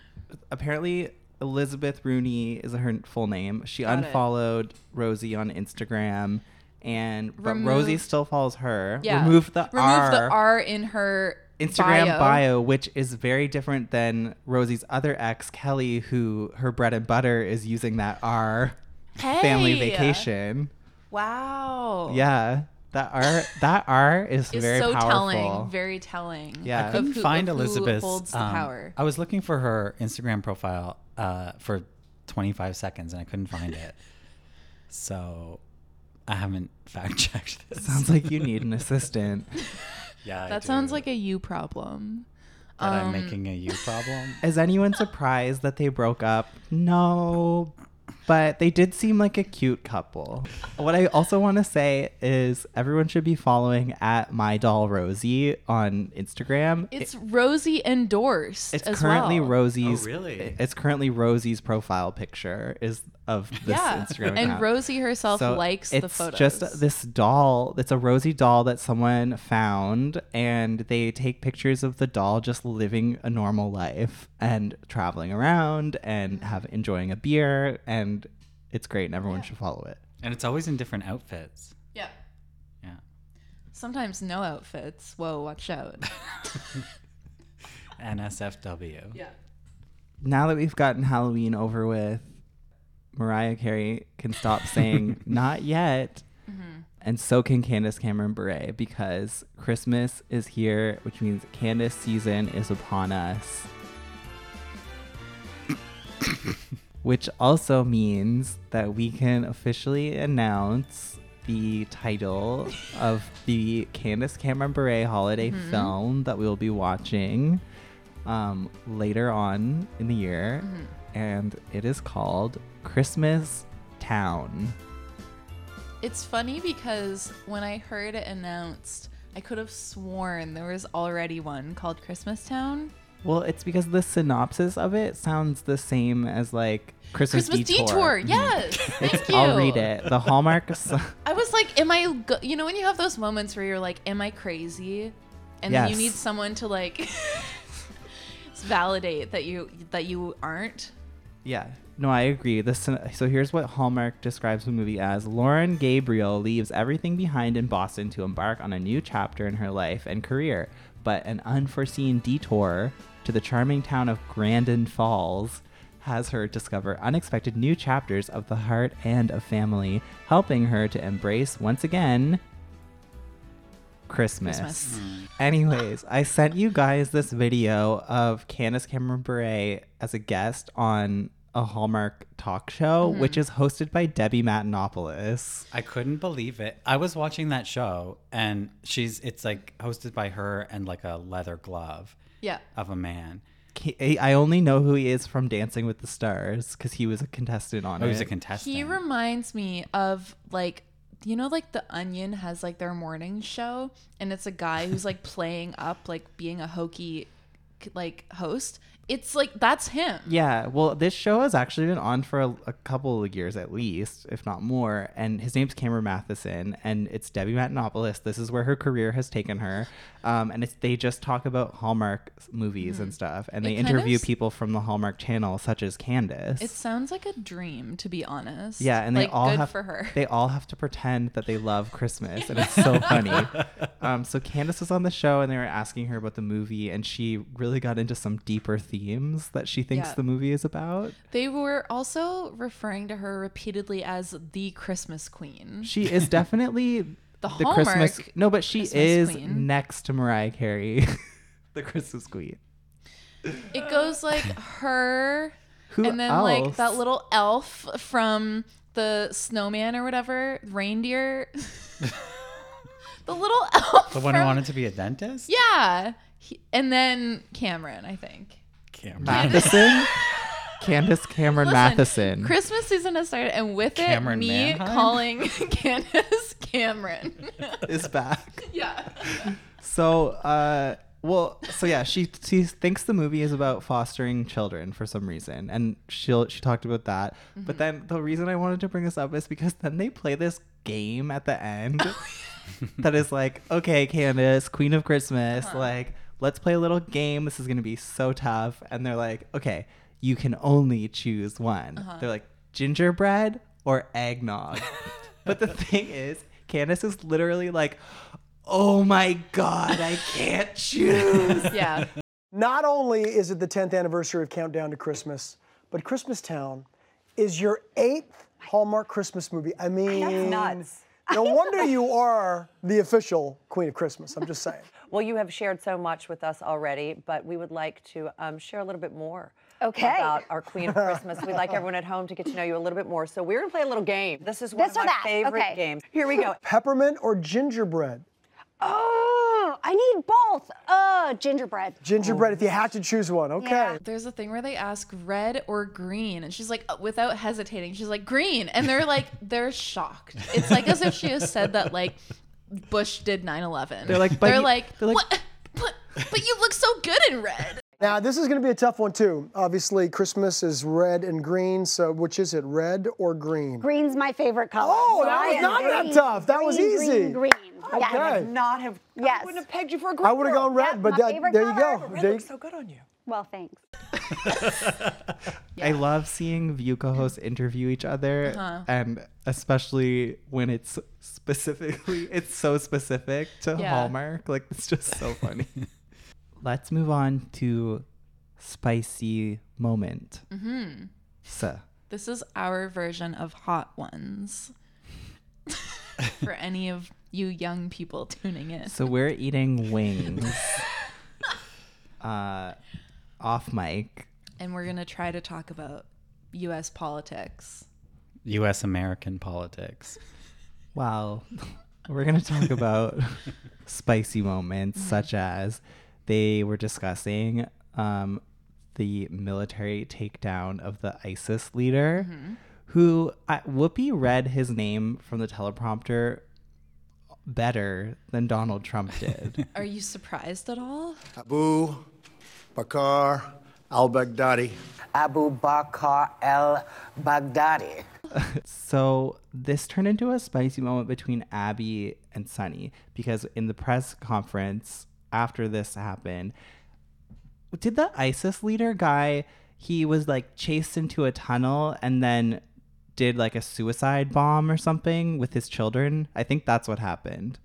Speaker 8: apparently Elizabeth Rooney is her full name. She
Speaker 7: Got it.
Speaker 8: unfollowed Rosie on Instagram, and but
Speaker 7: Remove-
Speaker 8: Rosie still follows her.
Speaker 7: Yeah.
Speaker 8: Remove the
Speaker 7: Remove
Speaker 8: R.
Speaker 7: the R in her
Speaker 8: Instagram
Speaker 7: bio.
Speaker 8: bio. which is very different than Rosie's other ex, Kelly, who her bread and butter is using that R. Family
Speaker 7: Hey.
Speaker 8: vacation.
Speaker 7: Wow.
Speaker 8: Yeah, that R. that R is,
Speaker 7: It's
Speaker 8: very
Speaker 7: so
Speaker 8: powerful.
Speaker 7: telling. Very telling.
Speaker 8: Yeah.
Speaker 9: I
Speaker 8: of
Speaker 9: couldn't
Speaker 7: who-
Speaker 9: find
Speaker 7: of who
Speaker 9: Elizabeth's.
Speaker 7: holds the
Speaker 9: um,
Speaker 7: power.
Speaker 9: I was looking for her Instagram profile uh, for 25 seconds and I couldn't find it. so I haven't fact checked this.
Speaker 8: Sounds like you need an assistant.
Speaker 9: yeah, I
Speaker 7: That
Speaker 9: do.
Speaker 7: sounds like um, a you problem.
Speaker 9: that I'm making a you problem.
Speaker 8: Is anyone surprised that they broke up? No, but they did seem like a cute couple. What I also want to say is everyone should be following at my doll Rosie on Instagram.
Speaker 7: It's Rosie endorsed.
Speaker 8: It's
Speaker 7: as
Speaker 8: currently
Speaker 7: well.
Speaker 8: Rosie's.
Speaker 9: Oh, really?
Speaker 8: It's currently Rosie's profile picture is of this
Speaker 7: Yeah.
Speaker 8: Instagram account.
Speaker 7: And Rosie herself
Speaker 8: So
Speaker 7: likes
Speaker 8: it's
Speaker 7: the photos.
Speaker 8: just this doll. It's a Rosie doll that someone found, and they take pictures of the doll just living a normal life and traveling around
Speaker 7: Mm-hmm.
Speaker 8: and have enjoying a beer, and it's great, and everyone should follow it.
Speaker 9: And it's always in different outfits.
Speaker 7: Yeah.
Speaker 9: Yeah.
Speaker 7: Sometimes no outfits. Whoa, watch out.
Speaker 9: NSFW.
Speaker 7: Yeah.
Speaker 8: Now that we've gotten Halloween over with, Mariah Carey can stop saying "not yet." And so can Candace Cameron Bure because Christmas is here, which means Candace season is upon us. which also means that we can officially announce the title of the Candace Cameron Bure holiday film that we will be watching um, later on in the year.
Speaker 7: Mm-hmm.
Speaker 8: And it is called Christmas Town.
Speaker 7: It's funny because when I heard it announced, I could have sworn there was already one called Christmas Town.
Speaker 8: Well, it's because the synopsis of it sounds the same as like Christmas,
Speaker 7: Christmas Detour. Yes. Thank you.
Speaker 8: Mm-hmm. I'll read it. The Hallmark. s-
Speaker 7: I was like, am I, go-? you know, when you have those moments where you're like, am I crazy? And then you
Speaker 8: Yes.
Speaker 7: need someone to like validate that you that you aren't.
Speaker 8: Yeah. No, I agree. The syn- so here's what Hallmark describes the movie as Lauren Gabriel leaves everything behind in Boston to embark on a new chapter in her life and career, but an unforeseen detour to the charming town of Grandin Falls has her discover unexpected new chapters of the heart and of family, helping her to embrace once again Christmas.
Speaker 7: Christmas.
Speaker 9: Hmm.
Speaker 8: Anyways, I sent you guys this video of Candace Cameron Bure as a guest on a Hallmark talk show,
Speaker 9: Mm-hmm.
Speaker 8: which is hosted by Debbie Matenopoulos.
Speaker 9: I couldn't believe it. I was watching that show and she's it's like hosted by her and like a leather glove
Speaker 7: Yeah.
Speaker 9: of a man.
Speaker 8: He- I only know who he is from Dancing with the Stars because he was a contestant on
Speaker 9: Oh,
Speaker 8: it.
Speaker 9: he's a contestant.
Speaker 7: He reminds me of like you know like the Onion has like their morning show and it's a guy who's like playing up like being a hokey like host. It's like that's him.
Speaker 8: yeah, well, this show has actually been on for a, a couple of years at least, if not more. And his name's Cameron Matheson, and it's Debbie Matenopoulos. This is where her career has taken her. Um, and it's, they just talk about Hallmark s- movies and stuff, and they
Speaker 7: Mm-hmm. kind of
Speaker 8: interview
Speaker 7: s-
Speaker 8: people from the Hallmark Channel, such as Candace.
Speaker 7: It sounds like a dream to be honest.
Speaker 8: yeah, and they
Speaker 7: like,
Speaker 8: all
Speaker 7: good
Speaker 8: have
Speaker 7: for her.
Speaker 8: they all have to pretend that they love Christmas, and it's so funny. Um, so Candace was on the show, and they were asking her about the movie, and she really got into some deeper themes that she thinks
Speaker 7: Yeah.
Speaker 8: the movie is about.
Speaker 7: They were also referring to her repeatedly as the Christmas queen.
Speaker 8: She is definitely the, Christmas.
Speaker 7: Hallmark
Speaker 8: No, but she
Speaker 7: Christmas
Speaker 8: is
Speaker 7: queen.
Speaker 8: next to Mariah Carey, the Christmas Queen.
Speaker 7: It goes like her
Speaker 8: Who
Speaker 7: and then like
Speaker 8: else?
Speaker 7: that little elf from the snowman or whatever, reindeer. The little elf.
Speaker 9: The one who
Speaker 7: from-
Speaker 9: wanted to be a dentist?
Speaker 7: Yeah. He, and then Cameron, I think.
Speaker 9: Cameron.
Speaker 8: Matheson? Candace Cameron
Speaker 7: Listen,
Speaker 8: Matheson.
Speaker 7: Christmas season has started, and with
Speaker 9: Cameron
Speaker 7: it, me
Speaker 9: Mannheim?
Speaker 7: calling Candace Cameron.
Speaker 8: is back.
Speaker 7: yeah.
Speaker 8: So, uh, well, so yeah, she she thinks the movie is about fostering children for some reason, and she'll she talked about that. But then the reason I wanted to bring this up is because then they play this game at the end that is like, okay, Candace, Queen of Christmas, like let's play a little game. This is gonna be so tough, and they're like, okay, you can only choose one. They're like gingerbread or eggnog. but the thing is, Candace is literally like. Oh my God, I can't choose.
Speaker 7: Yeah.
Speaker 11: Not only is it the 10th anniversary of Countdown to Christmas, but Christmas Town is your eighth Hallmark Christmas movie. I mean,
Speaker 6: Mm.
Speaker 12: nuts.
Speaker 11: no wonder you are the official Queen of Christmas. I'm just saying.
Speaker 12: Well, you have shared so much with us already, but we would like to um, share a little bit more.
Speaker 13: Okay.
Speaker 12: About our Queen of Christmas. We'd like everyone at home to get to know you a little bit more. So we're gonna play a little game. This is one
Speaker 13: This
Speaker 12: of
Speaker 13: or
Speaker 12: my
Speaker 13: that?
Speaker 12: favorite
Speaker 13: Okay.
Speaker 12: games. Here we go.
Speaker 11: Peppermint or gingerbread?
Speaker 13: Oh, I need both. Uh, gingerbread.
Speaker 11: Gingerbread, if you had to choose one, Oh, okay.
Speaker 7: There's a thing where they ask red or green, and she's like, uh, without hesitating, she's like, green. And they're like, they're shocked. It's like as if she has said that, like, Bush did 9 11.
Speaker 11: They're like, but
Speaker 7: they're
Speaker 11: you-
Speaker 7: like,
Speaker 11: they're like-
Speaker 7: what? But, but you look so good in red.
Speaker 11: Now, this is going to be a tough one, too. Obviously, Christmas is red and green, so which is it, red or green?
Speaker 13: Green's my favorite color.
Speaker 11: Oh,
Speaker 13: so
Speaker 11: that
Speaker 13: I
Speaker 11: was
Speaker 13: am
Speaker 11: not that
Speaker 13: green,
Speaker 11: tough. That was
Speaker 13: green,
Speaker 11: easy.
Speaker 13: Green, green.
Speaker 11: Okay. I would
Speaker 12: not have.
Speaker 13: Yes.
Speaker 12: wouldn't have pegged you for a
Speaker 11: I would have gone red, but
Speaker 13: my
Speaker 11: that,
Speaker 13: favorite
Speaker 11: there you
Speaker 13: color.
Speaker 11: go.
Speaker 13: Red
Speaker 11: There you-
Speaker 13: looks
Speaker 12: so good on you.
Speaker 13: Well, thanks.
Speaker 8: I love seeing view co-hosts interview each other,
Speaker 13: Uh-huh.
Speaker 8: and especially when it's specifically it's so specific to
Speaker 13: Yeah.
Speaker 8: Hallmark. Like it's just so funny. Let's move on to spicy moment.
Speaker 7: Mm-hmm.
Speaker 8: So
Speaker 7: This is our version of Hot Ones for any of you young people tuning in.
Speaker 8: so we're eating wings. uh, off mic.
Speaker 7: and we're going to try to talk about U.S. politics.
Speaker 9: U.S. American politics.
Speaker 8: Wow. We're going to talk about spicy moments, such as they were discussing um, the military takedown of the ISIS leader, who I, Whoopi read his name from the teleprompter better than Donald Trump did.
Speaker 7: Are you surprised at all?
Speaker 14: Abu Bakr al Baghdadi. Abu Bakr al Baghdadi.
Speaker 8: so this turned into a spicy moment between Abby and Sunny because in the press conference after this happened, did the ISIS leader guy he was like chased into a tunnel and then did like a suicide bomb or something with his children? I think that's what happened.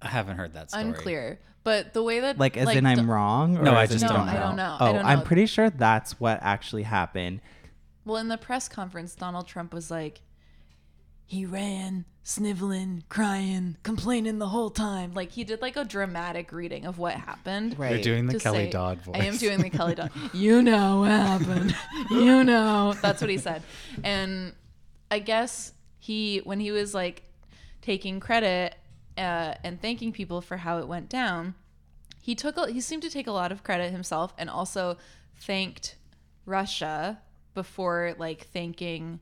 Speaker 9: I haven't heard that story.
Speaker 7: Unclear. But the way that
Speaker 8: Like as in I'm
Speaker 7: d-
Speaker 8: wrong?
Speaker 9: No,
Speaker 8: or
Speaker 9: I
Speaker 8: is it
Speaker 9: just No, don't
Speaker 7: I know. don't know.
Speaker 8: Oh,
Speaker 7: I don't
Speaker 8: I'm
Speaker 7: know.
Speaker 8: pretty sure that's what actually happened.
Speaker 7: Well, in the press conference, Donald Trump was like, he ran, sniveling, crying, complaining the whole time. Like he did like a dramatic reading of what happened.
Speaker 9: Right. You're doing the
Speaker 7: to
Speaker 9: Kelly Dodd
Speaker 7: I am
Speaker 9: voice.
Speaker 7: doing the Kelly Dodd. You know what happened. you know. That's what he said. And I guess he when he was like taking credit uh, and thanking people for how it went down, he took a, he seemed to take a lot of credit himself and also thanked Russia before like thanking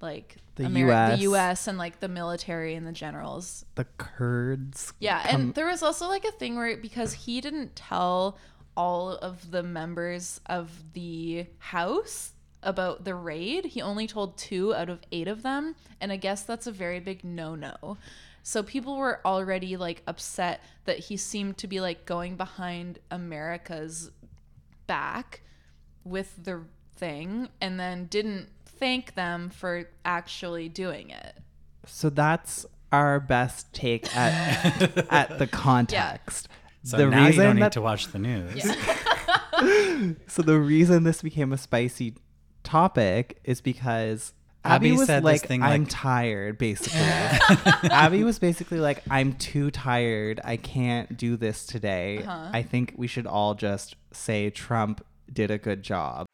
Speaker 7: like
Speaker 8: The US.
Speaker 7: the US and like the military and the generals.
Speaker 8: The Kurds.
Speaker 7: Yeah,
Speaker 8: come-
Speaker 7: and there was also like a thing where because he didn't tell all of the members of the house about the raid, he only told two out of eight of them, and I guess that's a very big no-no. So people were already like upset that he seemed to be like going behind America's back with the thing and then didn't thank them for actually doing it.
Speaker 8: So that's our best take at at the context.
Speaker 9: So
Speaker 8: the
Speaker 9: now you
Speaker 8: reason
Speaker 9: don't need
Speaker 8: that-
Speaker 9: to watch the news.
Speaker 8: So the reason this became a spicy topic is because Abby,
Speaker 9: Abby
Speaker 8: was
Speaker 9: said this
Speaker 8: like,
Speaker 9: thing
Speaker 8: "I'm
Speaker 9: like-
Speaker 8: tired," basically. Abby was basically like, "I'm too tired. I can't do this today.
Speaker 15: Uh-huh.
Speaker 8: I think we should all just say Trump did a good job."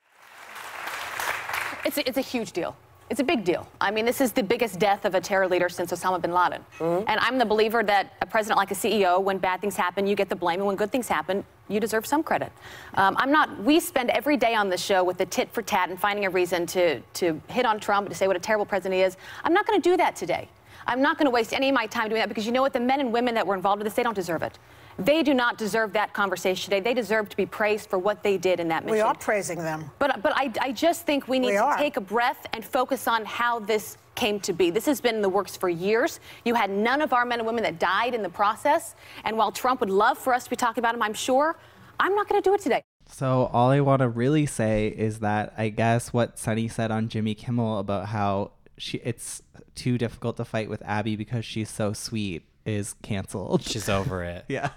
Speaker 2: It's a, it's a huge deal. It's a big deal. I mean, this is the biggest death of a terror leader since Osama bin Laden. And I'm the believer that a president like a CEO, when bad things happen, you get the blame, and when good things happen, you deserve some credit. Um, I'm not. We spend every day on this show with the tit for tat and finding a reason to to hit on Trump to say what a terrible president he is. I'm not going to do that today. I'm not going to waste any of my time doing that because you know what? The men and women that were involved in this, they don't deserve it. They do not deserve that conversation today. They deserve to be praised for what they did in that mission.
Speaker 15: We are praising them.
Speaker 2: But but I, I just think we need
Speaker 15: We
Speaker 2: to
Speaker 15: are.
Speaker 2: take a breath and focus on how this came to be. This has been in the works for years. You had none of our men and women that died in the process. And while Trump would love for us to be talking about him, I'm sure, I'm not going to do it today.
Speaker 8: So all I want to really say is that I guess what Sunny said on Jimmy Kimmel about how she it's too difficult to fight with Abby because she's so sweet is canceled.
Speaker 9: She's over it.
Speaker 8: yeah.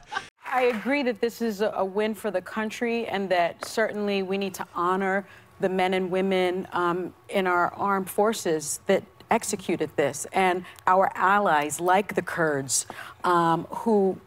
Speaker 16: I agree that this is a a win for the country and that certainly we need to honor the men and women um, in our armed forces that executed this and our allies like the Kurds um, who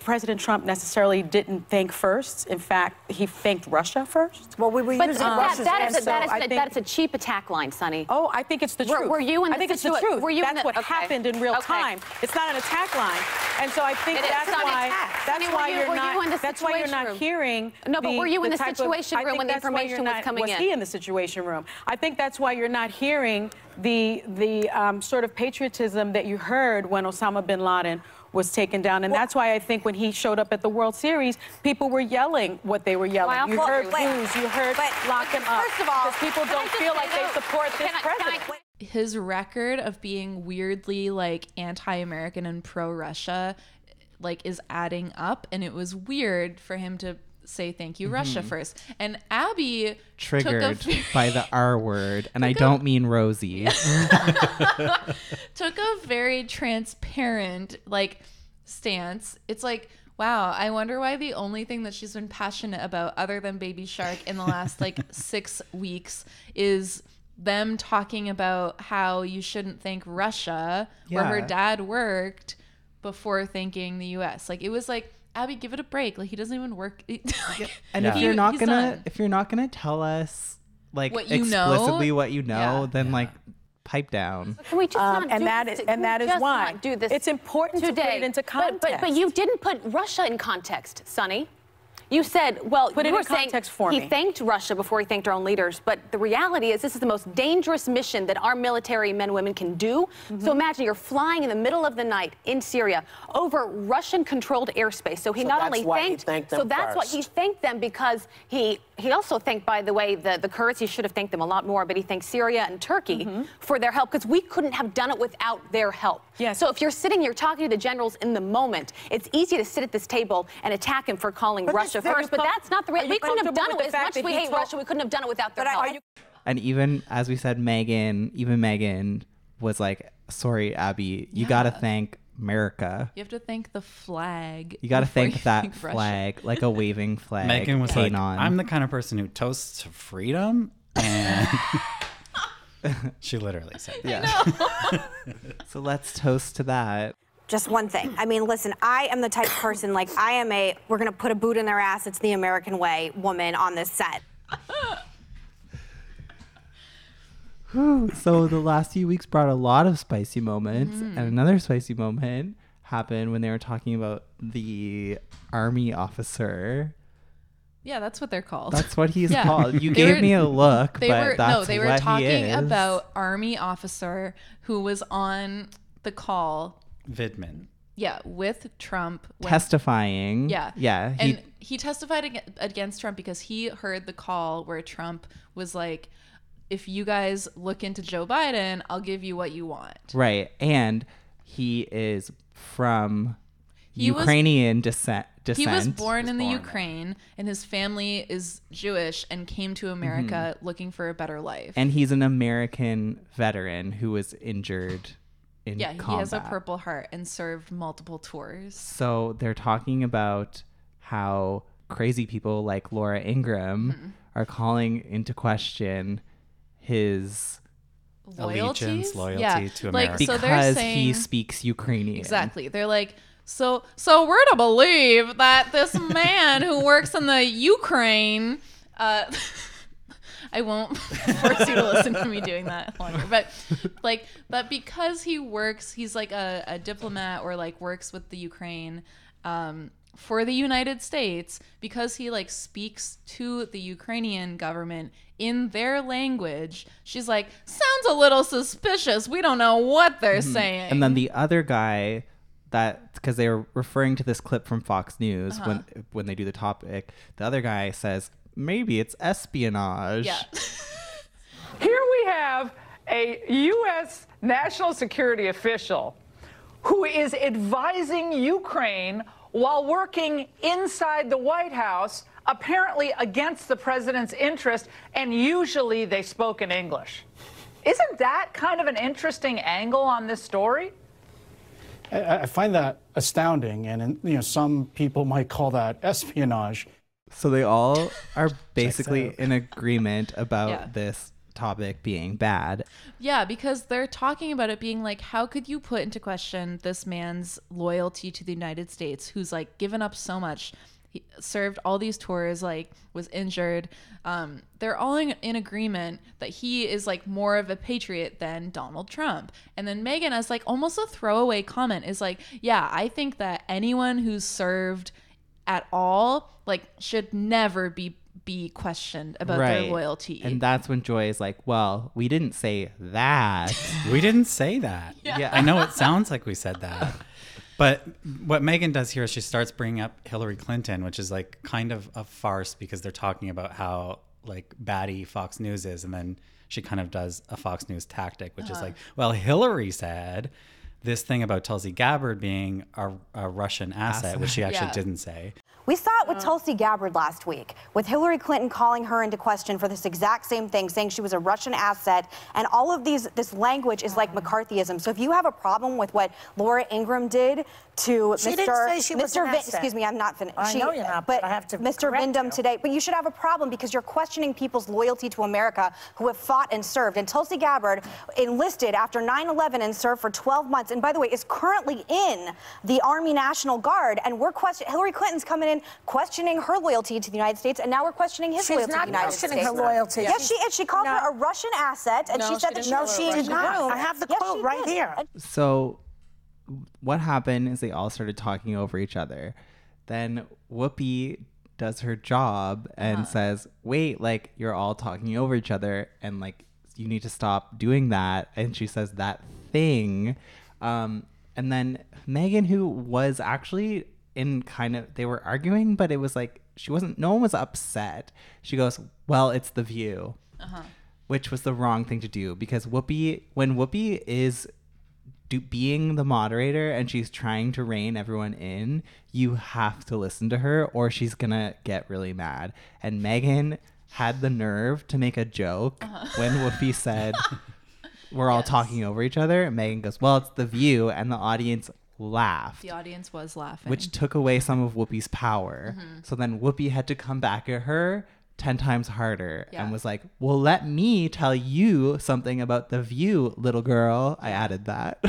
Speaker 16: President Trump necessarily didn't thank first. In fact, he thanked Russia first. Well, we were
Speaker 2: But that, that, is a, that, is a, that is a cheap attack line, Sonny.
Speaker 16: Oh, I think it's the
Speaker 2: Were-
Speaker 16: truth.
Speaker 2: were you in
Speaker 16: I think
Speaker 2: the
Speaker 16: it's the
Speaker 2: situa-
Speaker 16: truth.
Speaker 2: were you in
Speaker 16: that's
Speaker 2: the-
Speaker 16: what
Speaker 2: okay.
Speaker 16: happened in real
Speaker 2: Okay.
Speaker 16: time. It's not an attack line, and so I think
Speaker 2: It is
Speaker 16: that's
Speaker 2: not an
Speaker 16: why
Speaker 2: attack.
Speaker 16: that's
Speaker 2: Sonny, were
Speaker 16: why
Speaker 2: you-
Speaker 16: are
Speaker 2: were you
Speaker 16: not
Speaker 2: in the
Speaker 16: that's why you're
Speaker 2: situation
Speaker 16: not
Speaker 2: room?
Speaker 16: hearing.
Speaker 2: No, but
Speaker 16: the-
Speaker 2: were you in the
Speaker 16: type of-
Speaker 2: situation
Speaker 16: I
Speaker 2: room
Speaker 16: think
Speaker 2: when the
Speaker 16: that's why
Speaker 2: information
Speaker 16: you're
Speaker 2: was
Speaker 16: not-
Speaker 2: coming
Speaker 16: Was
Speaker 2: in?
Speaker 16: he in the situation room? I think that's why you're not hearing the the um, sort of patriotism that you heard when Osama bin Laden. Was taken down, and that's why I think when he showed up at the World Series, people were yelling what they were yelling.
Speaker 2: Well,
Speaker 16: you
Speaker 2: well,
Speaker 16: heard
Speaker 2: wait.
Speaker 16: booze, you heard
Speaker 2: But
Speaker 16: lock him up.
Speaker 2: first of all,
Speaker 16: because people
Speaker 2: can I
Speaker 16: don't
Speaker 2: just
Speaker 16: feel
Speaker 2: say
Speaker 16: like they
Speaker 2: though,
Speaker 16: support this
Speaker 2: can I- can I-
Speaker 16: president.
Speaker 7: his record of being weirdly like anti-American and pro-Russia like is adding up and it was weird for him to say thank you Russia
Speaker 8: Mhm.
Speaker 7: first. And Abby
Speaker 8: Triggered
Speaker 7: took a, very-
Speaker 8: by the R word, and I don't mean Rosie.
Speaker 7: took a very transparent like stance. It's like Wow, I wonder why the only thing that she's been passionate about other than Baby Shark in the last like 6 weeks is them talking about how you shouldn't thank Russia where her
Speaker 8: Yeah.
Speaker 7: dad worked before thanking the US. Like it was like Abby, give it a break. Like he doesn't even work. like,
Speaker 8: And if
Speaker 7: he-
Speaker 8: you're not
Speaker 7: he's
Speaker 8: gonna
Speaker 7: done.
Speaker 8: if you're not gonna tell us like
Speaker 7: What you know?
Speaker 8: explicitly what you know,
Speaker 7: Yeah.
Speaker 8: then like pipe down.
Speaker 2: Can we just
Speaker 16: Um,
Speaker 2: not
Speaker 16: and
Speaker 2: do
Speaker 16: that
Speaker 2: this?
Speaker 16: is-
Speaker 2: Can
Speaker 16: and
Speaker 2: we
Speaker 16: that is
Speaker 2: just
Speaker 16: why.
Speaker 2: not do this
Speaker 16: It's important to put
Speaker 2: today.
Speaker 16: it into
Speaker 2: But, but, but
Speaker 16: context.
Speaker 2: you didn't put Russia in context, Sonny. You said, well,
Speaker 16: Put
Speaker 2: you
Speaker 16: it
Speaker 2: were
Speaker 16: in
Speaker 2: saying
Speaker 16: context for
Speaker 2: he
Speaker 16: me.
Speaker 2: thanked Russia before he thanked our own leaders. But the reality is, this is the most dangerous mission that our military men and women can do.
Speaker 16: Mm-hmm.
Speaker 2: So imagine you're flying in the middle of the night in Syria over Russian-controlled airspace. So he
Speaker 15: So
Speaker 2: not
Speaker 15: that's
Speaker 2: only
Speaker 15: why he
Speaker 2: thanked,
Speaker 15: thanked
Speaker 2: so
Speaker 15: them
Speaker 2: that's why
Speaker 15: first.
Speaker 2: he thanked them because he he also thanked, by the way, the, the Kurds. He should have thanked them a lot more, but he thanked Syria and Turkey
Speaker 16: Mm-hmm.
Speaker 2: for their help because we couldn't have done it without their help. Yes. So if you're sitting here talking to the generals in the moment, it's easy to sit at this table and attack him for calling Russia
Speaker 16: there you
Speaker 2: first. But
Speaker 16: come-
Speaker 2: that's not the
Speaker 16: are
Speaker 2: real.
Speaker 16: you
Speaker 2: We couldn't have
Speaker 16: comfortable
Speaker 2: done it
Speaker 16: with the
Speaker 2: as
Speaker 16: fact
Speaker 2: much.
Speaker 16: that
Speaker 2: We
Speaker 16: he
Speaker 2: hate
Speaker 16: told-
Speaker 2: Russia. We couldn't have done it without their help.
Speaker 8: And even as we said, Megan, even Megan was like, "Sorry, Abby, you gotta thank America.
Speaker 7: You have to thank the flag.
Speaker 8: You gotta
Speaker 7: before
Speaker 8: thank that
Speaker 7: Russia.
Speaker 8: flag, like a waving flag."
Speaker 9: Megan was like,
Speaker 8: Kanon.
Speaker 9: I'm the kind of person who toasts to freedom. And she literally said,
Speaker 8: yeah. so let's toast to that.
Speaker 1: Just one thing. I mean, listen, I am the type of person, like, I am a, we're going to put a boot in their ass, it's the American way woman on this set.
Speaker 8: Whew. so the last few weeks brought a lot of spicy moments,
Speaker 1: Mhm.
Speaker 8: and
Speaker 7: Mm.
Speaker 8: another spicy moment happened when they were talking about the army officer.
Speaker 7: Yeah, that's what they're called.
Speaker 8: That's what he's
Speaker 7: Yeah.
Speaker 8: called. You
Speaker 7: They
Speaker 8: gave
Speaker 7: were-
Speaker 8: me a look,
Speaker 7: They
Speaker 8: but
Speaker 7: were
Speaker 8: that's
Speaker 7: no, they were
Speaker 8: what he
Speaker 7: talking
Speaker 8: is.
Speaker 7: about army officer who was on the call.
Speaker 9: Vidman.
Speaker 7: Yeah, with Trump when-
Speaker 8: Testifying.
Speaker 7: Yeah,
Speaker 8: Yeah, he-
Speaker 7: and he testified ag- against Trump because he heard the call where Trump was like, "If you guys look into Joe Biden, I'll give you what you want."
Speaker 8: Right. And he is from
Speaker 7: He was-
Speaker 8: Ukrainian descent. descent.
Speaker 7: He was born in the Ukraine, and his family is Jewish and came to America looking for a better life.
Speaker 8: Mm-hmm. And he's an American veteran who was injured in
Speaker 7: yeah, he
Speaker 8: combat.
Speaker 7: has a Purple Heart and served multiple tours.
Speaker 8: So they're talking about how crazy people like Laura Ingram
Speaker 7: Hmm.
Speaker 8: are calling into question his
Speaker 9: Allegiance, loyalty
Speaker 7: Yeah,
Speaker 9: to
Speaker 7: like,
Speaker 9: America.
Speaker 7: so they're
Speaker 8: because he
Speaker 7: saying-
Speaker 8: speaks Ukrainian.
Speaker 7: Exactly. They're like, so so we're to believe that this man who works in the Ukraine, uh, I won't force you to listen to me doing that longer. But like, but because he works, he's like a, a diplomat or like works with the Ukraine um, for the United States. Because he like speaks to the Ukrainian government in their language, she's like, sounds a little suspicious. We don't know what they're
Speaker 8: Mhm.
Speaker 7: saying.
Speaker 8: And then the other guy that because they were referring to this clip from Fox News
Speaker 7: Uh-huh.
Speaker 8: when when they do the topic, the other guy says maybe it's espionage.
Speaker 7: Yeah.
Speaker 15: Here we have a U.S. national security official who is advising Ukraine while working inside the White House, apparently against the president's interest, and usually they spoke in English. Isn't that kind of an interesting angle on this story?
Speaker 17: I, I find that astounding, and, and you know, some people might call that espionage.
Speaker 8: So they all are basically in agreement about
Speaker 7: Yeah.
Speaker 8: this topic being bad.
Speaker 7: Yeah, because they're talking about it being like, how could you put into question this man's loyalty to the United States, who's like given up so much? He served all these tours, like was injured. Um, they're all in, in agreement that he is like more of a patriot than Donald Trump. And then Megan, as like almost a throwaway comment, is like, yeah, I think that anyone who's served at all, like, should never be be questioned about their loyalty.
Speaker 8: And that's when Joy is like, well, we didn't say that.
Speaker 9: we didn't say that.
Speaker 7: Yeah. Yeah.
Speaker 9: I know it sounds like we said that. But what Megan does here is she starts bringing up Hillary Clinton, which is like kind of a farce because they're talking about how like batty Fox News is. And then she kind of does a Fox News tactic, which is
Speaker 18: Uh-huh.
Speaker 9: like, well, Hillary said this thing about Tulsi Gabbard being a, a Russian asset,
Speaker 18: Asset.
Speaker 9: which she actually
Speaker 18: Yeah.
Speaker 9: didn't say.
Speaker 1: We saw it with Tulsi Gabbard last week, with Hillary Clinton calling her into question for this exact same thing, saying she was a Russian asset, and all of these this language is like McCarthyism. So if you have a problem with what Laura Ingram did to
Speaker 2: She
Speaker 1: Mr.
Speaker 2: didn't say she
Speaker 1: Mr.
Speaker 2: was an
Speaker 1: Vin-
Speaker 2: asset.
Speaker 1: excuse me, I'm not finished.
Speaker 2: I know you're not, but I have to
Speaker 1: Mr.
Speaker 2: correct
Speaker 1: Vindham
Speaker 2: you.
Speaker 1: today, but you should have a problem because you're questioning people's loyalty to America who have fought and served. And Tulsi Gabbard enlisted after 9/11 and served for 12 months, and by the way, is currently in the Army National Guard. And we're question Hillary Clinton's coming in questioning her loyalty to the United States, and now we're questioning his
Speaker 2: She's
Speaker 1: loyalty to
Speaker 2: not
Speaker 1: the United
Speaker 2: questioning
Speaker 1: States.
Speaker 2: her loyalty.
Speaker 1: Yes, she is. She called her a Russian asset, and
Speaker 2: No,
Speaker 1: she said
Speaker 2: she
Speaker 1: that
Speaker 2: didn't
Speaker 1: she
Speaker 2: call her
Speaker 1: was
Speaker 2: a
Speaker 1: a
Speaker 2: Russian
Speaker 1: Russian
Speaker 2: asset.
Speaker 1: asset.
Speaker 2: I have the
Speaker 1: Yes,
Speaker 2: quote
Speaker 1: she
Speaker 2: right
Speaker 1: did.
Speaker 2: here.
Speaker 1: And
Speaker 8: So, what happened is they all started talking over each other. Then Whoopi does her job and says, "Wait, like you're all talking over each other, and like you need to stop doing that." And she says that thing, um, and then Megan, who was actually in kind of they were arguing, but it was like she wasn't. No one was upset. She goes, "Well, it's the View."
Speaker 7: Uh-huh.
Speaker 8: which was the wrong thing to do because Whoopi, when Whoopi is do, being the moderator and she's trying to rein everyone in, you have to listen to her or she's gonna get really mad. And Megan had the nerve to make a joke when Whoopi said, We're all talking over each other. And Megan goes, Well, it's the view. And the audience laughed
Speaker 7: The audience was laughing.
Speaker 8: which took away some of Whoopi's power.
Speaker 7: Mhm.
Speaker 8: So then Whoopi had to come back at her 10 times harder
Speaker 7: Yeah.
Speaker 8: and was like, Well, let me tell you something about the view, little girl. I added that.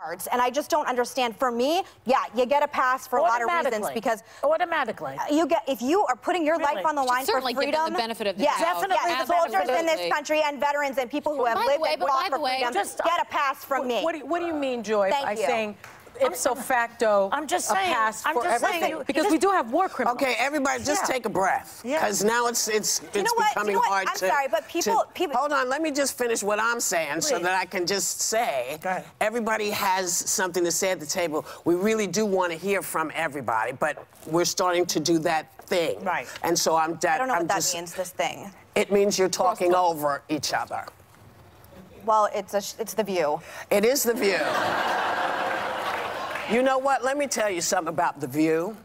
Speaker 1: Arts, and I just don't understand. For me, yeah, you get a pass for a lot of reasons
Speaker 2: Automatically.
Speaker 1: because Uh,
Speaker 2: automatically
Speaker 1: you get if you are putting your
Speaker 2: Really?
Speaker 1: life on the
Speaker 2: Should
Speaker 1: line for
Speaker 2: certainly give them the
Speaker 1: freedom.
Speaker 2: benefit of the
Speaker 1: yes,
Speaker 2: doubt.
Speaker 1: yes,
Speaker 2: Definitely the
Speaker 1: soldiers in
Speaker 2: absolutely.
Speaker 1: this country and veterans and people who have
Speaker 2: by the
Speaker 1: lived
Speaker 2: way-
Speaker 1: and
Speaker 2: but
Speaker 1: fought
Speaker 2: by the
Speaker 1: for
Speaker 2: way-
Speaker 1: freedom
Speaker 2: Just-
Speaker 1: get a pass from me.
Speaker 16: What do, you- what do you mean, Joy,
Speaker 1: Thank
Speaker 16: by
Speaker 1: you.
Speaker 16: saying ipso facto
Speaker 2: I'm just
Speaker 16: a
Speaker 2: saying-
Speaker 16: pass
Speaker 2: I'm
Speaker 16: for
Speaker 2: just saying
Speaker 16: everything?
Speaker 2: you-
Speaker 16: because
Speaker 2: you
Speaker 16: we
Speaker 2: just-
Speaker 16: do have war criminals.
Speaker 2: Okay, everybody,
Speaker 16: Yeah.
Speaker 2: just
Speaker 14: Take a breath.
Speaker 2: Yeah.
Speaker 14: Because now it's it's it's
Speaker 2: You know what? You
Speaker 14: becoming
Speaker 2: know what?
Speaker 14: hard
Speaker 2: I'm
Speaker 14: to.
Speaker 2: sorry, but
Speaker 14: to-
Speaker 2: people- people-
Speaker 14: Hold on. Let me just finish what I'm saying so
Speaker 2: Please.
Speaker 14: that I can just say everybody has something to say at the table. We really do want to hear from everybody, but we're starting to do that thing. Right. And so I'm. That,
Speaker 1: I don't know
Speaker 14: I'm
Speaker 1: what that
Speaker 14: just,
Speaker 1: means. This thing.
Speaker 14: It means you're talking over each other.
Speaker 1: Well, it's a sh- it's the view.
Speaker 14: It is the view. you know what? Let me tell you something about the view.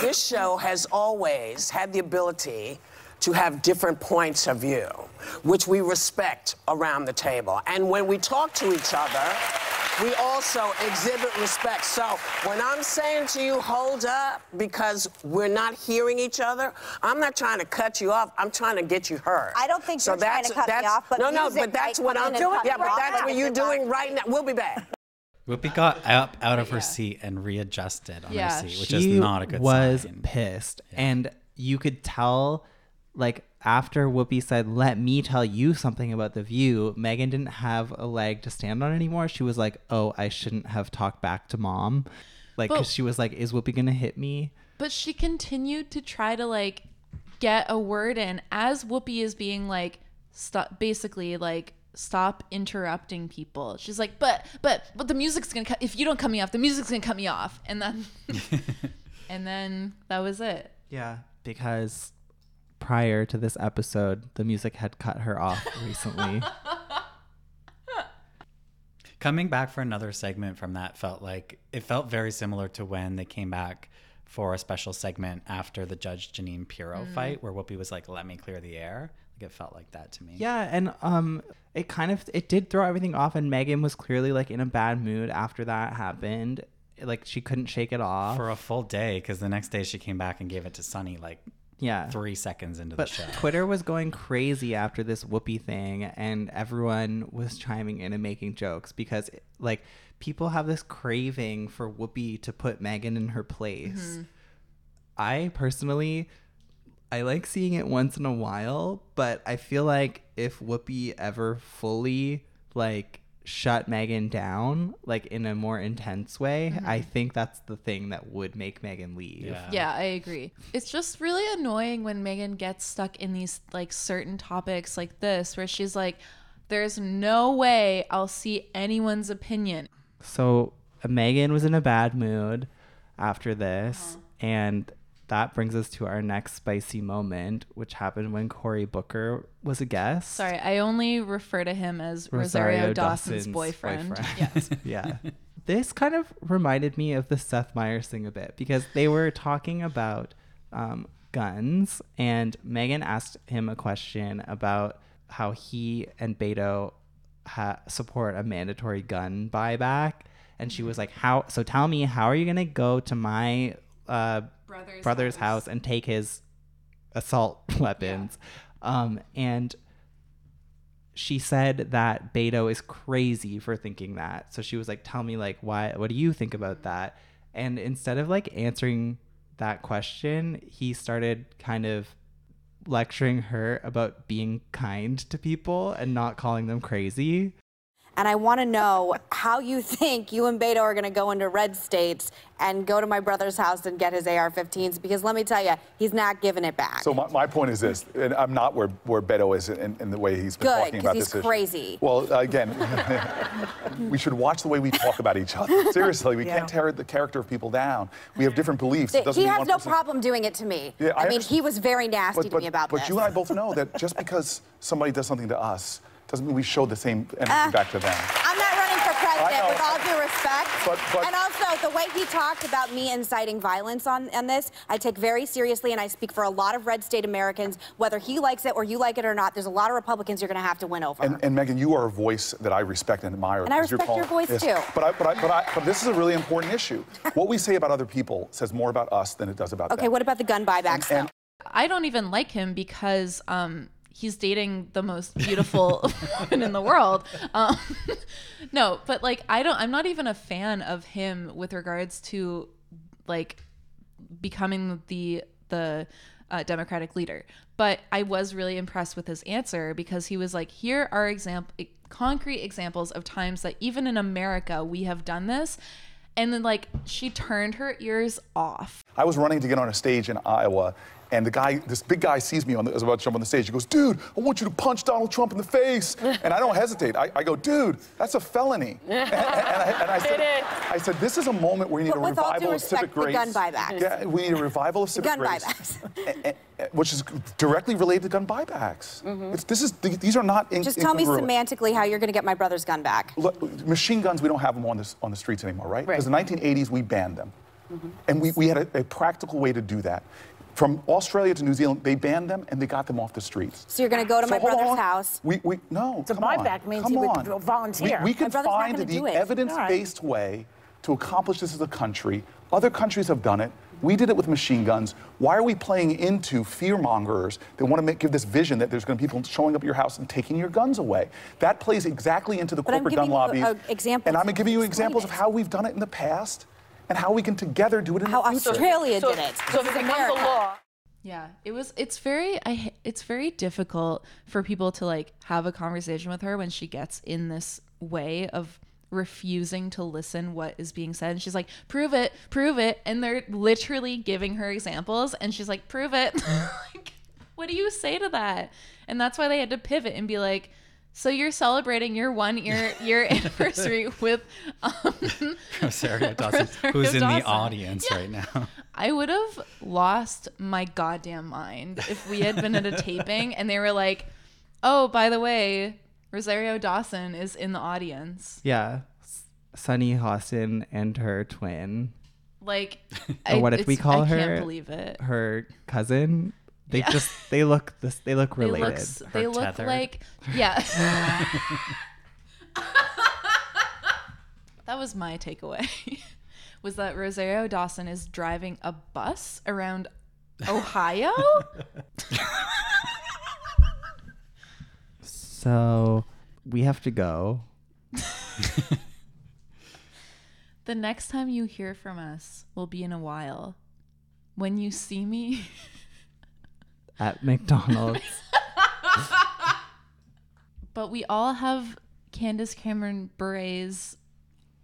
Speaker 14: This show has always had the ability to have different points of view, which we respect around the table. And when we talk to each other, we also exhibit respect. So when I'm saying to you, hold up, because we're not hearing each other, I'm not trying to cut you off. I'm trying to get you heard.
Speaker 1: I don't think
Speaker 14: so
Speaker 1: you're trying to
Speaker 14: that's-
Speaker 1: cut me
Speaker 14: that's-
Speaker 1: off, but
Speaker 14: no, no,
Speaker 1: music
Speaker 14: but that's
Speaker 1: might
Speaker 14: what
Speaker 1: come
Speaker 14: I'm
Speaker 1: in and
Speaker 14: doing.
Speaker 1: cut
Speaker 14: Yeah,
Speaker 1: me
Speaker 14: but
Speaker 1: off.
Speaker 14: that's what you're doing right now. We'll be back.
Speaker 9: Whoopi got up out of her seat and readjusted on
Speaker 14: Yeah.
Speaker 9: her seat, which
Speaker 8: She
Speaker 9: is not a good
Speaker 8: was pissed. And you could tell, like, after Whoopi said, Let me tell you something about the view, Megan didn't have a leg to stand on anymore. She was like, Oh, I shouldn't have talked back to mom. Like,
Speaker 7: But-
Speaker 8: because she was like, Is Whoopi going to hit me?
Speaker 7: But she continued to try to like get a word in as Whoopi is being like stop basically like stop interrupting people. She's like, "But but but the music's going to cut if you don't cut me off, the music's going to cut me off." And then and then that was it.
Speaker 8: Yeah. Because prior to this episode, the music had cut her off recently.
Speaker 9: Coming back for another segment from that felt like it felt very similar to when they came back for a special segment after the Judge Janine Pirro
Speaker 8: Mm.
Speaker 9: fight, where Whoopi was like, "Let me clear the air." Like it felt like that to me.
Speaker 8: Yeah, and um it kind of it did throw everything off and Megan was clearly like in a bad mood after that happened. Like she couldn't shake it off.
Speaker 9: for a full day because the next day she came back and gave it to Sunny like
Speaker 8: Yeah.
Speaker 9: three seconds into
Speaker 8: but
Speaker 9: the show.
Speaker 8: Twitter was going crazy after this whoopee thing and everyone was chiming in and making jokes because like people have this craving for whoopee to put Megan in her place.
Speaker 7: Mhm.
Speaker 8: I personally I like seeing it once in a while, but I feel like if Whoopi ever fully like shut Megan down like in a more intense way,
Speaker 7: Mhm.
Speaker 8: I think that's the thing that would make Megan leave.
Speaker 7: Yeah, I agree. It's just really annoying when Megan gets stuck in these like certain topics like this where she's like there's no way I'll see anyone's opinion.
Speaker 8: So Megan was in a bad mood after this, and that brings us to our next spicy moment, which happened when Cory Booker was a guest.
Speaker 7: Sorry, I only refer to him as Rosario, Dawson's, boyfriend. Yes.
Speaker 8: yeah. This kind of reminded me of the Seth Meyers thing a bit because they were talking about um, guns, and Megan asked him a question about how he and Beto ha- support a mandatory gun buyback. And she was like, "How? So tell me, how are you gonna go to my uh,
Speaker 7: brother's,
Speaker 8: house. and take his assault weapons?" Um, and she said that Beto is crazy for thinking that. So she was like, "Tell me, like, why? What do you think about that?" And instead of like answering that question, he started kind of lecturing her about being kind to people and not calling them crazy.
Speaker 1: And I want to know how you think you and Beto are going to go into red states and go to my brother's house and get his AR-15s because let me tell you, he's not giving it back.
Speaker 19: So my, my point is this, and I'm not where, where Beto is in, in the way he's been
Speaker 1: Good,
Speaker 19: talking
Speaker 1: 'cause
Speaker 19: about
Speaker 1: he's
Speaker 19: this issue.
Speaker 1: crazy.
Speaker 19: Well, again, we should watch the way we talk about each other. Seriously, we
Speaker 1: Yeah.
Speaker 19: can't tear the character of people down. We have different beliefs. It
Speaker 1: Th-
Speaker 19: doesn't
Speaker 1: He
Speaker 19: mean
Speaker 1: has
Speaker 19: one
Speaker 1: no
Speaker 19: person-
Speaker 1: problem doing it to me.
Speaker 19: Yeah,
Speaker 1: I,
Speaker 19: I
Speaker 1: mean,
Speaker 19: actually-
Speaker 1: he was very nasty to me about
Speaker 19: but
Speaker 1: this.
Speaker 19: you and I both know that just because somebody does something to us doesn't mean we show the same energy
Speaker 1: Ah.
Speaker 19: back to them.
Speaker 1: I'm not running for
Speaker 19: I
Speaker 1: president,
Speaker 19: know.
Speaker 1: with all due respect.
Speaker 19: But- but-
Speaker 1: and also, the way he talked about me inciting violence on, on this, I take very seriously, and I speak for a lot of red state Americans. Whether he likes it or you like it or not, there's a lot of Republicans you're going to have to win over.
Speaker 19: And, and Megan, you are a voice that I respect and admire.
Speaker 1: And I
Speaker 19: because you're
Speaker 1: respect your
Speaker 19: calling-
Speaker 1: voice, too.
Speaker 19: But, I, but, I, but, I, but this is a really important issue. What we say about other people says more about us than it does about them.
Speaker 1: okay, what about the gun buybacks, though?
Speaker 7: I don't even like him because um he's dating the most beautiful woman in the world. Um no, but like I don't I'm not even a fan of him with regards to like becoming the the uh, Democratic leader. But I was really impressed with his answer because he was like, "Here are example concrete examples of times that even in America we have done this," and then like she turned her ears off.
Speaker 19: I was running to get on a stage in Iowa, and the guy, this big guy, sees me on the, I was about to jump on the stage. He goes, "Dude, I want you to punch Donald Trump in the face." And I don't hesitate. I, I go, "Dude, that's a felony." And, and- and I, and I said, "I said this is a moment where we need
Speaker 1: But
Speaker 19: a
Speaker 1: with all due
Speaker 19: revival of civic
Speaker 1: respect, the
Speaker 19: grace."
Speaker 1: gun buybacks.
Speaker 19: Yeah, we need a revival of civic
Speaker 1: gun
Speaker 19: grace,
Speaker 1: buybacks.
Speaker 19: eh, which is directly related to gun buybacks. It's, this is these are not in,
Speaker 1: Mm-hmm. Just tell me
Speaker 19: incongruent.
Speaker 1: semantically how you're going to get my brother's gun back.
Speaker 19: Look, machine guns, we don't have them on, this, on the streets anymore, right? Because
Speaker 1: Right.
Speaker 19: the 1980s, we banned them.
Speaker 1: Mm-hmm.
Speaker 19: And we, we had a, a practical way to do that. From Australia to New Zealand, they banned them and they got them off the streets.
Speaker 1: So you're going to go to
Speaker 19: So
Speaker 1: my
Speaker 19: hold
Speaker 1: brother's
Speaker 19: on.
Speaker 1: house.
Speaker 19: We, we, no,
Speaker 1: So
Speaker 19: come on.
Speaker 1: buyback means
Speaker 19: come
Speaker 1: he would
Speaker 19: on.
Speaker 1: v- volunteer.
Speaker 19: We, we
Speaker 1: My
Speaker 19: can
Speaker 1: brother's not
Speaker 19: find
Speaker 1: gonna do
Speaker 19: the
Speaker 1: it.
Speaker 19: evidence-based way to accomplish this as a country. Other countries have done it. We did it with machine guns. Why are we playing into fear mongers that want to make, give this vision that there's going to be people showing up at your house and taking your guns away? That plays exactly into the
Speaker 1: But I'm
Speaker 19: corporate gun
Speaker 1: giving
Speaker 19: lobby.
Speaker 1: you uh, examples.
Speaker 19: And I'm giving you
Speaker 1: Explain
Speaker 19: examples of how we've done it in the past and how we can together do it in
Speaker 1: How
Speaker 19: the future.
Speaker 1: Australia did it.
Speaker 20: So if it becomes a law,
Speaker 7: Yeah, it was. It's very. I. h- It's very difficult for people to like have a conversation with her when she gets in this way of refusing to listen what is being said. And she's like, "Prove it, prove it," and they're literally giving her examples, and she's like, "Prove it." like, what do you say to that? And that's why they had to pivot and be like. So you're celebrating your one year year anniversary with
Speaker 9: Rosario Dawson,
Speaker 7: Rosario
Speaker 9: who's in
Speaker 7: Dawson.
Speaker 9: the audience right now.
Speaker 7: I would have lost my goddamn mind if we had been at a taping and they were like, "Oh, by the way, Rosario Dawson is in the audience."
Speaker 8: Yeah. S- Sunny Hawson and her twin.
Speaker 7: Like,
Speaker 8: Or what if
Speaker 7: it's-
Speaker 8: we call
Speaker 7: I
Speaker 8: her?
Speaker 7: Can't believe it.
Speaker 8: Her cousin. They
Speaker 7: Yeah.
Speaker 8: just they look this they look
Speaker 7: They
Speaker 8: related.
Speaker 7: look. s- They look like yeah. that was my takeaway. Was that Rosario Dawson is driving a bus around Ohio?
Speaker 8: So we have to go.
Speaker 7: The next time you hear from us will be in a while. When you see me,
Speaker 8: at McDonald's.
Speaker 7: but we all have Candace Cameron Bure's.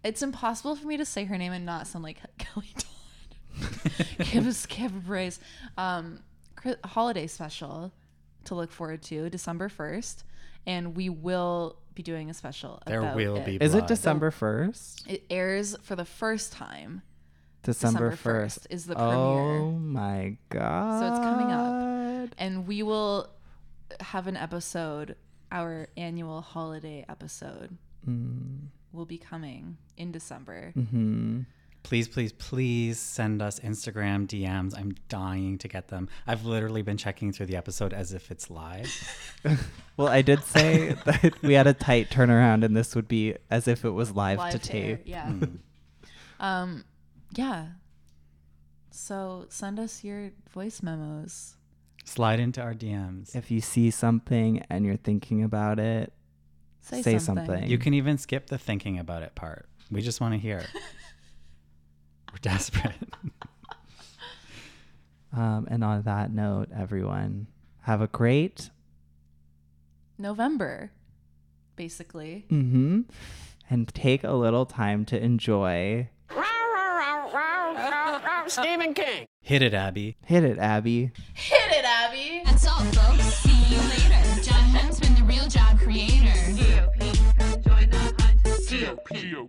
Speaker 7: It's impossible for me to say her name and not sound like Kelly Dodd. Candace Cameron Bure's um, cri- holiday special to look forward to December 1st. And we will be doing a special.
Speaker 9: There
Speaker 16: Oh,
Speaker 7: about
Speaker 9: will
Speaker 7: it.
Speaker 9: be
Speaker 8: Is it December first?
Speaker 7: It airs for the first time.
Speaker 8: December
Speaker 7: December
Speaker 8: first
Speaker 7: 1st is the
Speaker 8: Oh my god!
Speaker 7: So it's coming up. And we will have an episode, our annual holiday episode
Speaker 8: Mm.
Speaker 7: will be coming in December.
Speaker 8: hmm
Speaker 9: Please, please, please send us Instagram DMs. I'm dying to get them. I've literally been checking through the episode as if it's live.
Speaker 8: Well, I did say that we had a tight turnaround, and this would be as if it was live, to
Speaker 7: to air,
Speaker 8: tape.
Speaker 7: yeah. um yeah. So send us your voice memos.
Speaker 9: Slide into our DMs.
Speaker 8: If you see something and you're thinking about it, say, something.
Speaker 9: You can even skip the thinking about it part. We just want to hear. it. We're desperate.
Speaker 8: Um, and on that note, everyone, have a great
Speaker 7: November, basically.
Speaker 8: mm-hmm, and take a little time to enjoy.
Speaker 3: Stephen King.
Speaker 9: Hit it, Abby.
Speaker 8: Hit it, Abby.
Speaker 7: Hit it, Abby.
Speaker 21: That's all, folks. See you later. John Huntsman, the real job creator. GOP. Join the hunt. GOP.